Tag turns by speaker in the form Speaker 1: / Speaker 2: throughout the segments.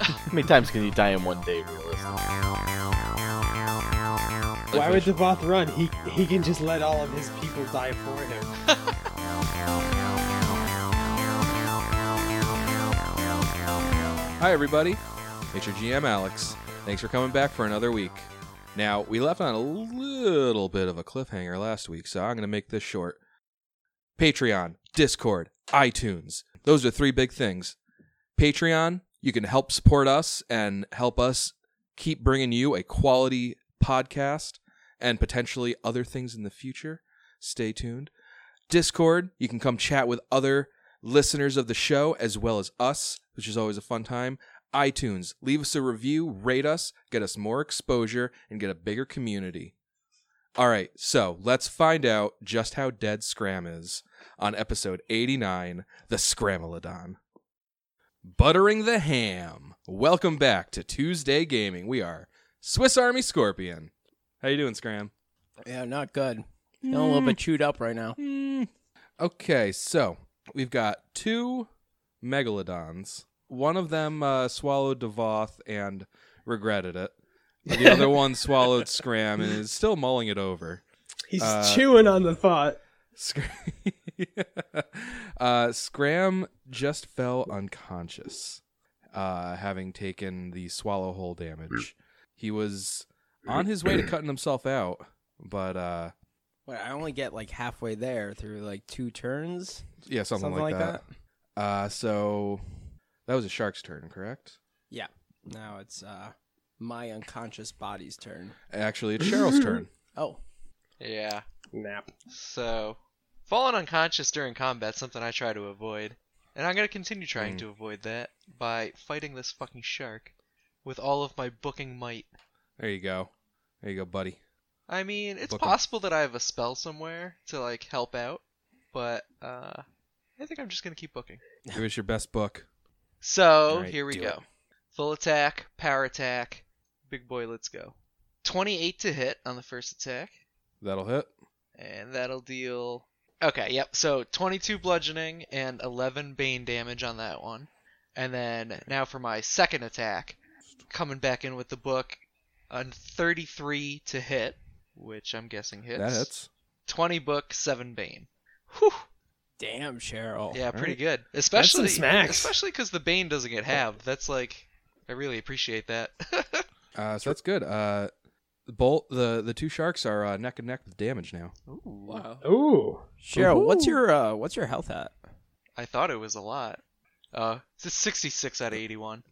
Speaker 1: How many times can you die in one day, realistically?
Speaker 2: Why would Devoth run? He he can just let all of his people die for him.
Speaker 3: Hi, everybody. It's your GM, Alex. Thanks for coming back for another week. Now, we left on a little bit of a cliffhanger last week, so I'm going to make this short. Patreon, Discord, iTunes. Those are three big things. Patreon, you can help support us and help us keep bringing you a quality podcast and potentially other things in the future. Stay tuned. Discord, you can come chat with other listeners of the show as well as us, which is always a fun time. iTunes, leave us a review, rate us, get us more exposure, and get a bigger community. All right, so let's find out just how dead Scram is on episode 89 The Scramolodon. Buttering the ham. Welcome back to Tuesday Gaming. We are Swiss Army Scorpion. How you doing, Scram?
Speaker 4: Yeah, not good. Feeling a little bit chewed up right now.
Speaker 3: Okay, so we've got two megalodons. One of them uh, swallowed Devoth and regretted it. The other one swallowed Scram and is still mulling it over.
Speaker 2: He's
Speaker 3: Uh,
Speaker 2: chewing on the thought.
Speaker 3: Scr- uh, Scram just fell unconscious, uh, having taken the swallow hole damage. He was on his way to cutting himself out, but uh,
Speaker 4: Wait, I only get like halfway there through like two turns.
Speaker 3: yeah, something, like, that. Uh, so that was a shark's turn, correct?
Speaker 4: Now it's uh my unconscious body's turn.
Speaker 3: Actually, it's Cheryl's turn.
Speaker 4: Oh,
Speaker 5: Yeah.
Speaker 2: Nap.
Speaker 5: So, falling unconscious during combat something I try to avoid, and I'm gonna continue trying
Speaker 3: Mm.
Speaker 5: to avoid that by fighting this fucking shark with all of my booking might.
Speaker 3: There you go. There you go, buddy.
Speaker 5: I mean, it's
Speaker 3: Book 'em.
Speaker 5: possible that I have a spell somewhere to like help out, but uh, I think I'm just gonna keep booking.
Speaker 3: Give us your best book.
Speaker 5: So
Speaker 3: Alright,
Speaker 5: here we
Speaker 3: do
Speaker 5: go.
Speaker 3: it.
Speaker 5: Full attack, power attack, big boy, let's go. 28 to hit on the first attack.
Speaker 3: That'll hit.
Speaker 5: And that'll deal. Okay, yep. So 22 bludgeoning and 11 bane damage on that one. And then now for my second attack, coming back in with the book on 33 to hit, which I'm guessing hits.
Speaker 3: That hits.
Speaker 5: 20 book, 7 bane. Whew.
Speaker 4: damn, Cheryl.
Speaker 5: Yeah, pretty
Speaker 3: alright.
Speaker 5: good. Especially
Speaker 2: smacks.
Speaker 5: especially cuz the bane doesn't get halved. That's like I really appreciate that.
Speaker 3: Uh, so that's good. Uh, bolt the the two sharks are uh, neck and neck with damage now.
Speaker 4: Wow.
Speaker 2: Ooh.
Speaker 4: Cheryl, what's your uh what's your health at?
Speaker 5: I thought it was a lot. Uh, it's a 66 out of 81.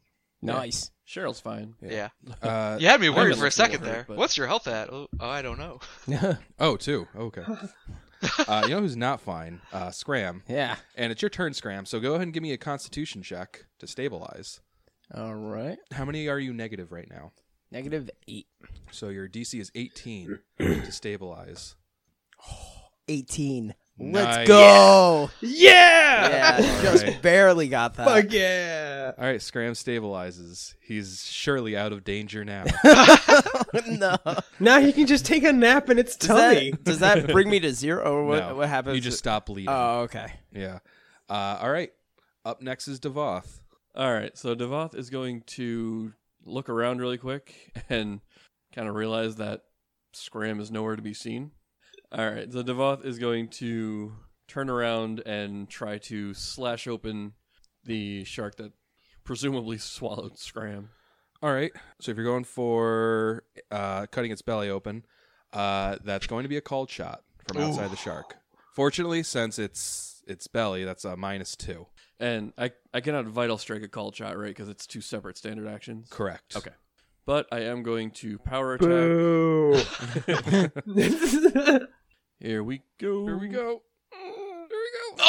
Speaker 4: Nice. Cheryl's fine.
Speaker 5: Yeah.
Speaker 3: Uh,
Speaker 5: You had me
Speaker 3: I'm
Speaker 5: worried
Speaker 3: gonna
Speaker 5: for a
Speaker 3: look
Speaker 5: second
Speaker 4: over it,
Speaker 5: there.
Speaker 4: but-
Speaker 5: What's your health at? Oh, oh, I don't know.
Speaker 3: Oh, two. Okay. Uh, you know who's not fine? Uh, Scram.
Speaker 4: yeah.
Speaker 3: And it's your turn, Scram. So go ahead and give me a Constitution check to stabilize.
Speaker 4: All right.
Speaker 3: How many are you negative right now?
Speaker 4: Negative eight.
Speaker 3: So your DC is 18 to stabilize.
Speaker 4: Eighteen. Let's
Speaker 3: Nice.
Speaker 4: go.
Speaker 2: Yeah.
Speaker 4: Yeah,
Speaker 3: Alright.
Speaker 4: just barely got that.
Speaker 2: Fuck yeah.
Speaker 3: All right, Scram stabilizes. He's surely out of danger now.
Speaker 4: no.
Speaker 2: Now he can just take a nap in its
Speaker 4: Does
Speaker 2: tummy.
Speaker 4: that, does that bring me to zero or what
Speaker 3: No.
Speaker 4: what happens?
Speaker 3: you just stop bleeding.
Speaker 4: Oh, okay.
Speaker 3: yeah. Uh, all right. Up next is Devoth.
Speaker 6: All right, so Devoth is going to look around really quick and kind of realize that Scram is nowhere to be seen. All right, so Devoth is going to turn around and try to slash open the shark that presumably swallowed Scram.
Speaker 3: All right. So if you're going for uh, cutting its belly open, uh, that's going to be a called shot from outside the shark. Fortunately, since it's its belly, that's a minus two.
Speaker 6: And I, I cannot vital strike a call shot, right? Because it's two separate standard actions.
Speaker 3: Correct.
Speaker 6: Okay. But I am going to power attack.
Speaker 2: Boo.
Speaker 6: Here we go.
Speaker 3: Here we go. Mm, Here we go.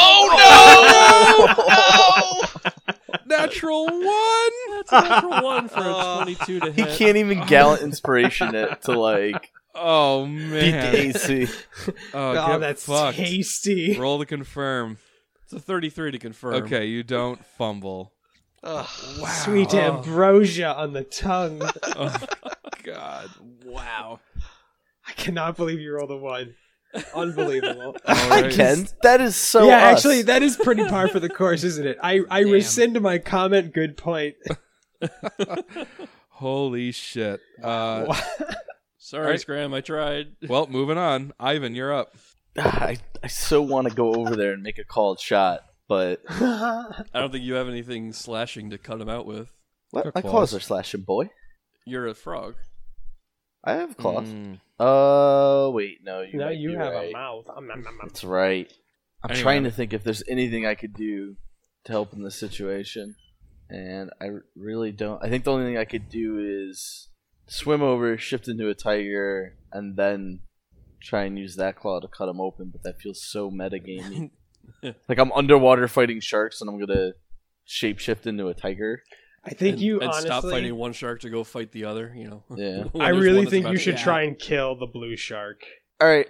Speaker 5: Oh no! no!
Speaker 3: Natural one.
Speaker 6: That's a natural one for a 22 to
Speaker 1: He
Speaker 6: hit.
Speaker 1: can't even gallant inspiration it to like
Speaker 3: Oh
Speaker 1: beat
Speaker 3: man.
Speaker 1: the AC.
Speaker 3: Oh,
Speaker 2: oh,
Speaker 3: get
Speaker 2: that's
Speaker 3: fucked.
Speaker 2: tasty.
Speaker 3: Roll to confirm.
Speaker 6: It's a 33 to confirm.
Speaker 3: Okay, you don't fumble.
Speaker 5: Ugh.
Speaker 2: Sweet
Speaker 6: Oh.
Speaker 2: ambrosia on the tongue.
Speaker 3: Oh God.
Speaker 4: Wow.
Speaker 2: I cannot believe you rolled a one. Unbelievable.
Speaker 3: All
Speaker 1: I
Speaker 3: right.
Speaker 1: can. That is so.
Speaker 2: yeah,
Speaker 1: us.
Speaker 2: actually, that is pretty par for the course, isn't it? I, I rescind my comment. Good point.
Speaker 3: Holy shit. Uh,
Speaker 6: Sorry,
Speaker 3: Alright.
Speaker 6: Scram, I tried.
Speaker 3: well, moving on. Ivan, you're up.
Speaker 1: I, I so want to go over there and make a called shot, but
Speaker 6: I don't think you have anything slashing to cut him out with.
Speaker 1: what?
Speaker 3: They're
Speaker 1: my
Speaker 3: claws.
Speaker 1: claws are slashing, boy.
Speaker 6: You're a frog.
Speaker 1: I have claws.
Speaker 3: Mm.
Speaker 1: Oh wait, no, you.
Speaker 2: now
Speaker 1: might
Speaker 2: you
Speaker 1: be
Speaker 2: have a
Speaker 1: right.
Speaker 2: mouth. Um, nom, nom, nom.
Speaker 1: That's right. I'm
Speaker 3: Anyway.
Speaker 1: trying to think if there's anything I could do to help in this situation, and I r- really don't. I think the only thing I could do is swim over, shift into a tiger, and then try and use that claw to cut him open. But that feels so metagamey. like I'm underwater fighting sharks, and I'm gonna shapeshift into a tiger.
Speaker 2: I think
Speaker 6: and,
Speaker 2: you
Speaker 6: and
Speaker 2: honestly.
Speaker 6: stop fighting one shark to go fight the other. You know.
Speaker 1: Yeah.
Speaker 6: When
Speaker 2: I
Speaker 6: there's one
Speaker 2: really
Speaker 6: that's
Speaker 2: think
Speaker 6: about
Speaker 2: you
Speaker 6: to
Speaker 2: should
Speaker 6: get
Speaker 2: try and kill the blue shark.
Speaker 1: All right,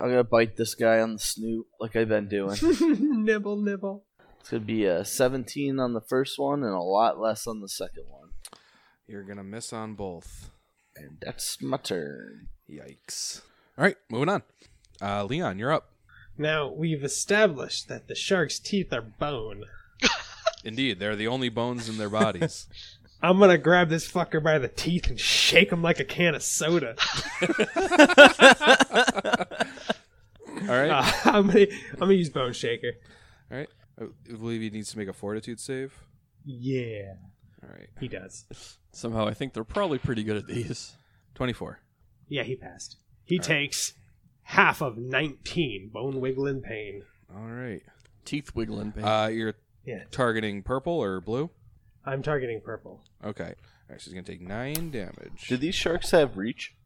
Speaker 1: I'm gonna bite this guy on the snoot like I've been doing.
Speaker 2: nibble, nibble.
Speaker 1: It's gonna be a 17 on the first one and a lot less on the second one.
Speaker 3: You're going to miss on both.
Speaker 1: And that's my turn.
Speaker 3: Yikes. All right, moving on. Uh, Leon, you're up.
Speaker 2: Now we've established that the shark's teeth are bone.
Speaker 3: Indeed, they're the only bones in their bodies.
Speaker 2: I'm gonna grab this fucker by the teeth and shake him like a can of soda.
Speaker 3: All right.
Speaker 2: Uh, I'm gonna, I'm gonna use bone shaker.
Speaker 3: All right. I I believe he needs to make a fortitude save.
Speaker 2: Yeah,
Speaker 3: All right.
Speaker 2: he does.
Speaker 6: Somehow, I think they're probably pretty good at these.
Speaker 3: 24.
Speaker 2: Yeah, he passed. He takes half of 19 bone wiggling pain.
Speaker 3: All right.
Speaker 6: Teeth wiggling. pain.
Speaker 3: Uh, you're
Speaker 2: Yeah,
Speaker 3: targeting purple or blue?
Speaker 2: I'm targeting purple.
Speaker 3: Okay. All right, she's going to take 9 damage.
Speaker 1: Do these sharks have reach?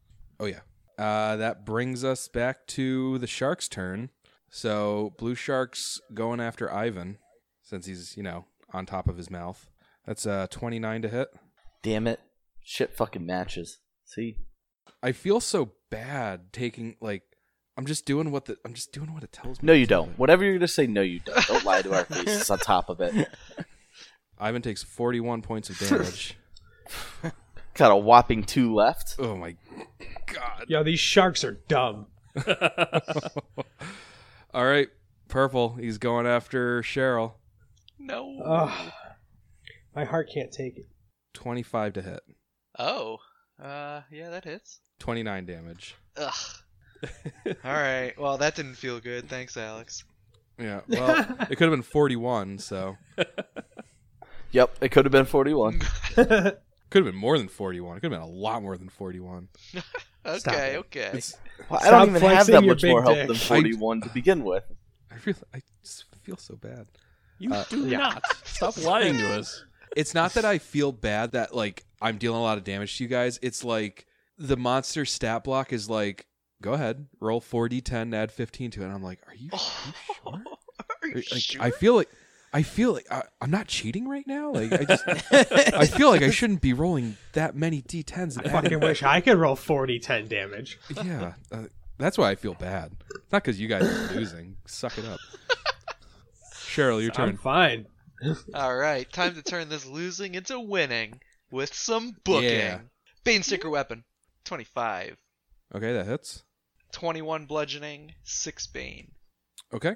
Speaker 3: Oh yeah. Uh, that brings us back to the shark's turn. So blue shark's going after Ivan, since he's you know on top of his mouth. That's uh, twenty nine to hit.
Speaker 1: Damn it. Shit fucking matches. See?
Speaker 3: I feel so bad taking like I'm just doing what the I'm just doing what it tells me.
Speaker 1: No,
Speaker 3: to
Speaker 1: you
Speaker 3: do.
Speaker 1: don't. Whatever you're gonna say, no, you don't. Don't lie to our faces on top of it.
Speaker 3: Ivan takes forty one points of damage.
Speaker 1: Got a whopping two left.
Speaker 3: oh my god.
Speaker 2: Yo, these sharks are dumb.
Speaker 3: All right, purple. He's going after Cheryl.
Speaker 5: No.
Speaker 2: Ugh. My heart can't take it.
Speaker 3: Twenty five to hit.
Speaker 5: oh. Uh, yeah, that hits.
Speaker 3: Twenty nine damage.
Speaker 5: Ugh. All right. Well, that didn't feel good. Thanks, Alex.
Speaker 3: Yeah. Well, it could have been forty one. So.
Speaker 1: Yep, it could have been 41.
Speaker 3: Could have been more than 41. It could have been a lot more than 41.
Speaker 2: Stop
Speaker 5: Okay.
Speaker 2: it.
Speaker 5: Okay.
Speaker 3: It's,
Speaker 1: Well, I don't
Speaker 2: Stop
Speaker 1: even have
Speaker 2: flexing
Speaker 1: that
Speaker 2: your
Speaker 1: much more
Speaker 2: big dick.
Speaker 1: help than 41 to begin with.
Speaker 3: I feel I just feel so bad.
Speaker 6: you
Speaker 3: uh,
Speaker 6: do
Speaker 2: yeah.
Speaker 6: not stop lying to us.
Speaker 3: It's not that I feel bad that like I'm dealing a lot of damage to you guys. It's like the monster stat block is like, go ahead, roll 4d10, add 15 to it. And I'm like, are you, are you sure?
Speaker 5: Oh, Are
Speaker 3: Are-
Speaker 5: you
Speaker 3: Like,
Speaker 5: sure?
Speaker 3: I feel like I feel like I, I'm not cheating right now. Like I just I feel like I shouldn't be rolling that many d10s.
Speaker 2: I
Speaker 3: And adding-
Speaker 2: fucking wish I could roll 40 10 damage.
Speaker 3: yeah, uh, that's why I feel bad. Not because you guys are losing. Suck it up. Cheryl, your
Speaker 2: I'm
Speaker 3: turn.
Speaker 2: fine.
Speaker 5: All right. Time to turn this losing into winning with some booking.
Speaker 3: Yeah.
Speaker 5: Bane sticker weapon. 25.
Speaker 3: Okay, that hits.
Speaker 5: 21 bludgeoning, 6 bane.
Speaker 3: Okay.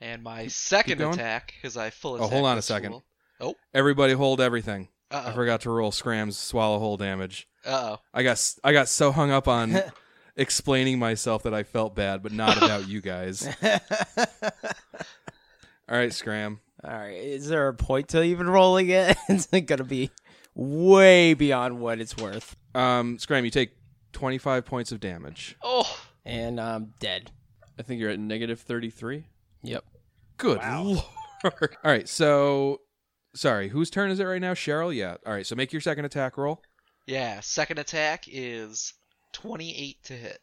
Speaker 5: And my second
Speaker 3: going.
Speaker 5: attack, because I full
Speaker 3: Oh,
Speaker 5: attack.
Speaker 3: hold on a
Speaker 5: this
Speaker 3: second.
Speaker 5: fool.
Speaker 3: Everybody hold everything. I
Speaker 5: Uh-oh.
Speaker 3: forgot to roll Scram's swallow hole damage.
Speaker 5: Uh-oh.
Speaker 3: I got s- I got so hung up on explaining myself that I felt bad, but not about you guys. All right, Scram.
Speaker 4: All right. Is there a point to even rolling it? it's gonna be way beyond what it's worth,
Speaker 3: Um, Scram, you take 25 points of damage.
Speaker 5: Oh,
Speaker 4: and I'm dead.
Speaker 6: I think you're at negative thirty-three.
Speaker 4: Yep.
Speaker 3: Good
Speaker 2: Wow.
Speaker 3: lord. All right, so sorry, whose turn is it right now? Cheryl. Yeah. All right, so make your second attack roll.
Speaker 5: yeah. Second attack is 28 to hit.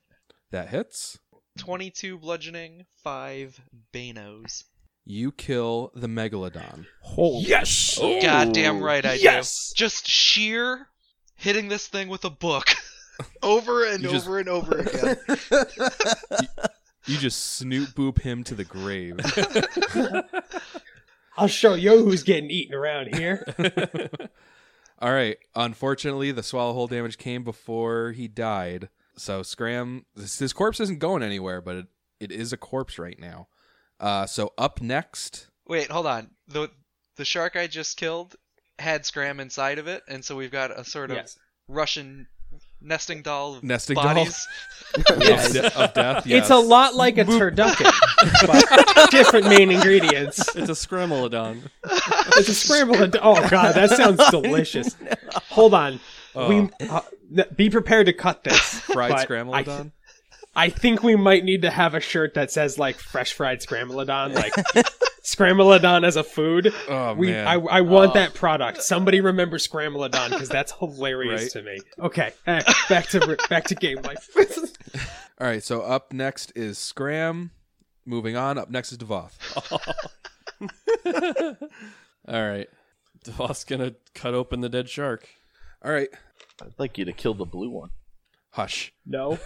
Speaker 3: That hits.
Speaker 5: 22 bludgeoning, 5 banos.
Speaker 3: You kill the megalodon.
Speaker 4: Holy
Speaker 2: Yes!
Speaker 5: Oh, Goddamn right I
Speaker 2: yes!
Speaker 5: do. Just sheer hitting this thing with a book over and
Speaker 3: You
Speaker 5: over
Speaker 3: just-
Speaker 5: and over again.
Speaker 3: You just snoot boop him to the grave.
Speaker 2: I'll show yo who's getting eaten around here.
Speaker 3: All right. Unfortunately, the swallow hole damage came before he died. So Scram, this, his corpse isn't going anywhere, but it, it is a corpse right now. Uh, so up next,
Speaker 5: Wait, hold on. The the shark I just killed had Scram inside of it, and so we've got a sort of
Speaker 2: Yes.
Speaker 5: Russian nesting doll of
Speaker 3: Nesting doll?
Speaker 5: bodies.
Speaker 3: Of, de- of death.
Speaker 2: It's a
Speaker 3: yes.
Speaker 2: lot like a turducken, but different main ingredients.
Speaker 6: It's a scrammeladon.
Speaker 2: It's a scrambled. and- Oh god, that sounds delicious. Hold on, we uh, n- be prepared to cut this.
Speaker 3: fried
Speaker 2: but I-
Speaker 3: scrammeladon.
Speaker 2: I think we might need to have a shirt that says like fresh fried scrammeladon, like scrammeladon as a food.
Speaker 3: Oh
Speaker 2: we,
Speaker 3: man.
Speaker 2: I, I want that product. Somebody remember scrammeladon because that's hilarious
Speaker 3: Right.
Speaker 2: to me. Okay, eh, back to back to game life.
Speaker 3: All right, so up next is Scram. Moving on, up next is Devoth.
Speaker 6: All right. Devoth's gonna cut open the dead shark.
Speaker 3: All right,
Speaker 1: I'd like you to kill the blue one.
Speaker 3: hush.
Speaker 2: no,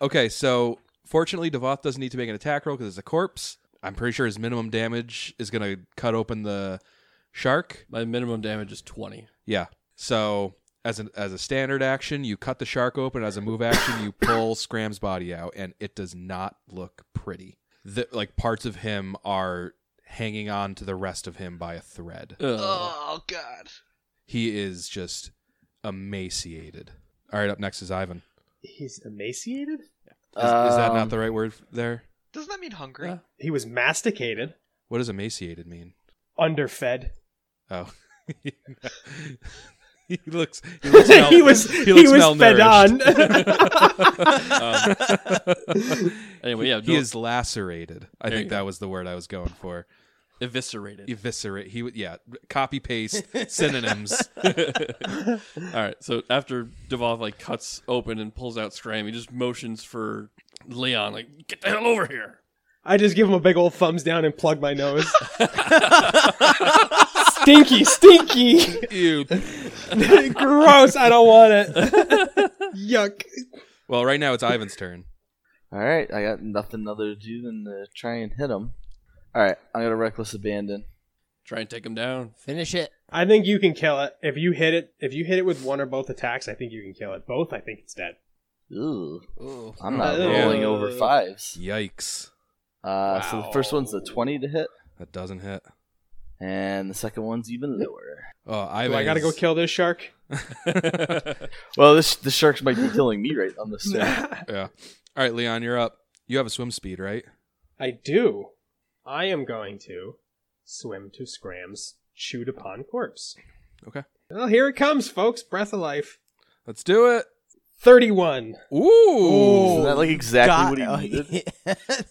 Speaker 3: Okay, so fortunately, Devoth doesn't need to make an attack roll because it's a corpse. I'm pretty sure his minimum damage is going to cut open the shark.
Speaker 6: My minimum damage is twenty.
Speaker 3: Yeah. So as an as a standard action, you cut the shark open. As a move action, you pull Scram's body out, and it does not look pretty. The, like parts of him are hanging on to the rest of him by a thread.
Speaker 6: Ugh.
Speaker 5: Oh god.
Speaker 3: He is just emaciated. All right, up next is Ivan.
Speaker 2: he's emaciated.
Speaker 3: Is, is that not
Speaker 1: Um,
Speaker 3: the right word there?
Speaker 5: Doesn't that mean hungry?
Speaker 6: Yeah.
Speaker 2: He was masticated,
Speaker 3: What does emaciated mean?
Speaker 2: underfed.
Speaker 3: Oh. he looks he looks, mal-
Speaker 2: he was he,
Speaker 3: looks
Speaker 2: was fed on.
Speaker 3: malnourished.
Speaker 6: Um, anyway, yeah,
Speaker 3: he
Speaker 6: he
Speaker 3: is lacerated. I
Speaker 6: There you
Speaker 3: think
Speaker 6: go.
Speaker 3: that was the word I was going for.
Speaker 6: eviscerated.
Speaker 3: Eviscerate. He would yeah, copy paste synonyms.
Speaker 6: All right. So after Devoth like cuts open and pulls out Scram, he just motions for Leon, like, get the hell over here.
Speaker 2: I just give him a big old thumbs down and plug my nose. stinky, stinky.
Speaker 3: Ew.
Speaker 2: Gross. I don't want it. Yuck.
Speaker 3: Well, right now it's Ivan's turn.
Speaker 1: All right, I got nothing other to do than to try and hit him. All right, I'm gonna reckless abandon.
Speaker 6: Try and take him down.
Speaker 4: Finish it.
Speaker 2: I think you can kill it if you hit it. If you hit it with one or both attacks, I think you can kill it. Both, I think it's dead.
Speaker 1: Ooh, I'm not
Speaker 2: Ooh.
Speaker 1: rolling over fives.
Speaker 3: Yikes.
Speaker 1: Uh, So the first one's a
Speaker 2: Wow.
Speaker 1: 20 to hit,
Speaker 3: That doesn't hit.
Speaker 1: and the second one's even lower.
Speaker 3: Oh, Ivan.
Speaker 2: Do I gotta
Speaker 3: is-
Speaker 2: go kill this shark.
Speaker 1: Well, this the sharks might be killing me right on this. thing.
Speaker 3: Yeah. All right, Leon, you're up. You have a swim speed, right?
Speaker 2: I do. I am going to swim to Scram's chewed upon corpse.
Speaker 3: Okay.
Speaker 2: Well, here it comes, folks. Breath of life.
Speaker 3: Let's do it.
Speaker 2: Thirty-one.
Speaker 3: Ooh.
Speaker 1: Isn't that like exactly
Speaker 4: God-
Speaker 1: what he needed?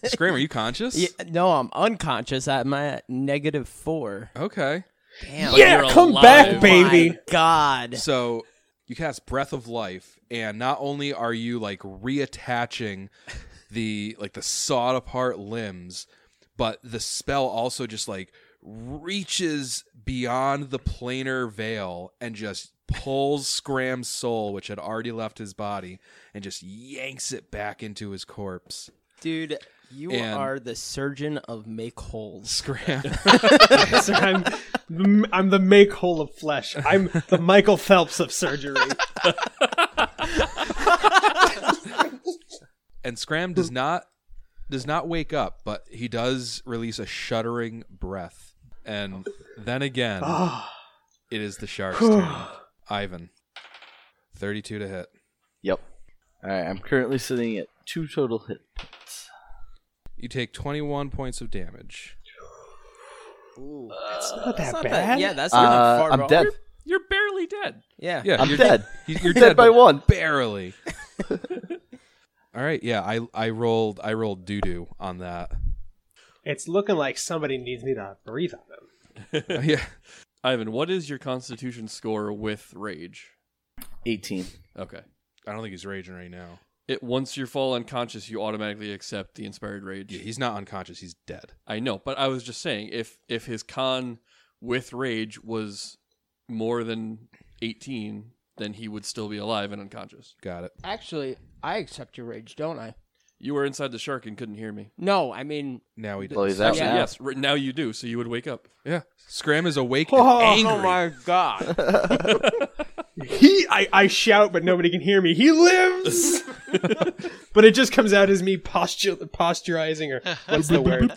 Speaker 3: Scram, are you conscious?
Speaker 4: Yeah, no, I'm unconscious. I'm at negative four.
Speaker 3: Okay.
Speaker 4: Damn. Oh
Speaker 6: But Yeah, you're come alive. back,
Speaker 2: baby.
Speaker 4: My God.
Speaker 3: So you cast Breath of Life, and not only are you like reattaching the like the sawed apart limbs, but the spell also just like reaches beyond the planar veil and just pulls Scram's soul, which had already left his body, and just yanks it back into his corpse.
Speaker 4: Dude, you
Speaker 3: And-
Speaker 4: are the surgeon of make holes.
Speaker 3: Scram.
Speaker 2: So I'm, I'm the make whole of flesh. I'm the Michael Phelps of surgery.
Speaker 4: Uh,
Speaker 3: and Scram does not does not wake up, but he does release a shuddering breath. And then again, it is the shark's turn. Ivan, thirty-two to hit.
Speaker 1: Yep. All right, I'm currently sitting at two total hit points.
Speaker 3: You take twenty-one points of damage.
Speaker 2: It's not that
Speaker 4: That's not
Speaker 2: bad.
Speaker 4: that- yeah, that's not that
Speaker 1: Uh,
Speaker 4: far
Speaker 1: I'm
Speaker 4: wrong.
Speaker 1: dead.
Speaker 6: You're barely dead.
Speaker 4: Yeah.
Speaker 3: Yeah,
Speaker 1: I'm
Speaker 3: you're
Speaker 1: dead.
Speaker 3: You're,
Speaker 1: Dead by
Speaker 3: but
Speaker 1: one.
Speaker 3: barely. All right, yeah, I I rolled I rolled doo doo on that.
Speaker 2: It's looking like somebody needs me to breathe on them.
Speaker 3: yeah,
Speaker 6: Ivan, what is your constitution score with rage?
Speaker 1: 18.
Speaker 6: Okay.
Speaker 3: I don't think he's raging right now.
Speaker 6: It once you fall unconscious, you automatically accept the inspired rage.
Speaker 3: Yeah, he's not unconscious. He's dead.
Speaker 6: I know, but I was just saying if if his con with rage was more than 18, then he would still be alive and unconscious.
Speaker 3: Got it.
Speaker 4: Actually, I accept your rage, don't I?
Speaker 6: You were inside the shark and couldn't hear me.
Speaker 4: No, I mean,
Speaker 3: Now he does.
Speaker 1: Well, he's out
Speaker 6: Actually,
Speaker 1: now.
Speaker 6: yes, right now you do, so you would wake up.
Speaker 3: Yeah, Scram is awake and angry.
Speaker 4: oh God.
Speaker 2: He, I, I shout, but nobody can hear me. He lives, but it just comes out as me posture, posturizing or what's the word?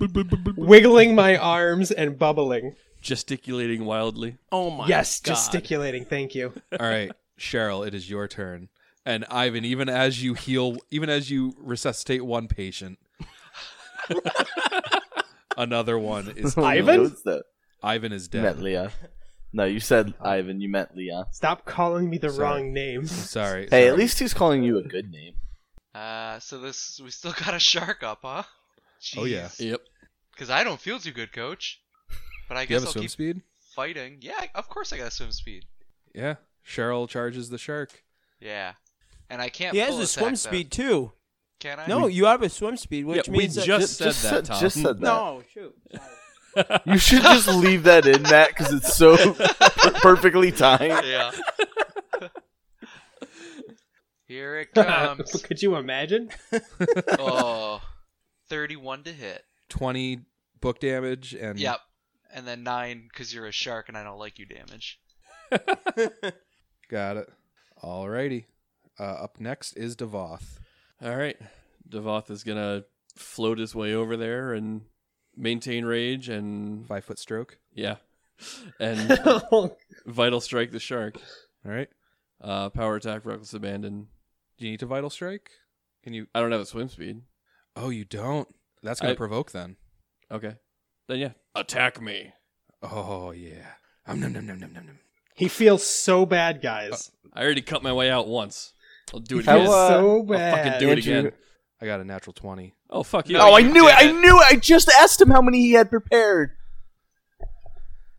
Speaker 2: Wiggling my arms and bubbling.
Speaker 6: gesticulating wildly.
Speaker 4: Oh my
Speaker 2: yes,
Speaker 4: god.
Speaker 2: gesticulating. Thank you.
Speaker 3: All right, Cheryl, it is your turn. And Ivan, even as you heal, even as you resuscitate one patient, another one is
Speaker 2: Ivan?
Speaker 1: What's that?
Speaker 3: Ivan is
Speaker 1: You
Speaker 3: dead.
Speaker 1: meant Leah. No, you said Ivan. You meant Leah.
Speaker 2: Stop calling me the
Speaker 3: Sorry.
Speaker 2: wrong name.
Speaker 3: Sorry.
Speaker 1: Hey,
Speaker 3: sorry.
Speaker 1: at least he's calling you a good name.
Speaker 5: Uh, so this we still got a shark up, huh?
Speaker 3: Oh, yeah.
Speaker 6: Yep.
Speaker 5: Because I don't feel too good, coach. But I
Speaker 3: Do you have
Speaker 5: guess
Speaker 3: a
Speaker 5: I'll
Speaker 3: swim
Speaker 5: keep
Speaker 3: speed?
Speaker 5: fighting. Yeah, of course I got swim speed.
Speaker 3: Yeah. Cheryl charges the shark.
Speaker 5: Yeah, and I can't.
Speaker 4: He has
Speaker 5: full
Speaker 4: a swim
Speaker 5: attack, though.
Speaker 4: speed too.
Speaker 5: Can I?
Speaker 4: No, you have a swim speed, which
Speaker 6: Yeah, we
Speaker 4: means that-
Speaker 6: just, said
Speaker 1: just
Speaker 6: that,
Speaker 1: said,
Speaker 6: Tom.
Speaker 1: just said that.
Speaker 4: no. Shoot.
Speaker 1: You should just leave that in that because it's so per- perfectly timed.
Speaker 5: Yeah. Here it
Speaker 6: Um,
Speaker 5: comes.
Speaker 2: Could you imagine?
Speaker 5: oh, 31 to hit.
Speaker 3: 20 book damage and
Speaker 5: Yep. And then 9 because you're a shark and I don't like you damage.
Speaker 3: got it. Alrighty. Uh, up next is Devoth.
Speaker 6: All right. Devoth is going to float his way over there and maintain rage and.
Speaker 3: Five foot stroke.
Speaker 6: Yeah. And
Speaker 2: oh
Speaker 6: vital strike the shark.
Speaker 3: All right.
Speaker 6: Uh, power attack, reckless abandon.
Speaker 3: Do you need to vital strike? Can you?
Speaker 6: I don't have a swim speed.
Speaker 3: Oh, you don't. That's gonna
Speaker 6: I-
Speaker 3: provoke then.
Speaker 6: Okay. Then yeah. Attack me.
Speaker 3: Oh yeah. Um, nom, nom, nom, nom, nom, nom.
Speaker 2: he feels so bad, guys.
Speaker 6: I already cut my way out once. I'll do it
Speaker 1: How,
Speaker 6: again.
Speaker 1: uh,
Speaker 2: so
Speaker 6: I'll
Speaker 2: bad.
Speaker 6: fucking do it again.
Speaker 3: I got a natural twenty.
Speaker 6: Oh fuck you.
Speaker 5: No,
Speaker 1: Oh, I
Speaker 5: you
Speaker 1: knew
Speaker 5: did
Speaker 1: it! I
Speaker 5: it.
Speaker 1: knew it! I just asked him how many he had prepared.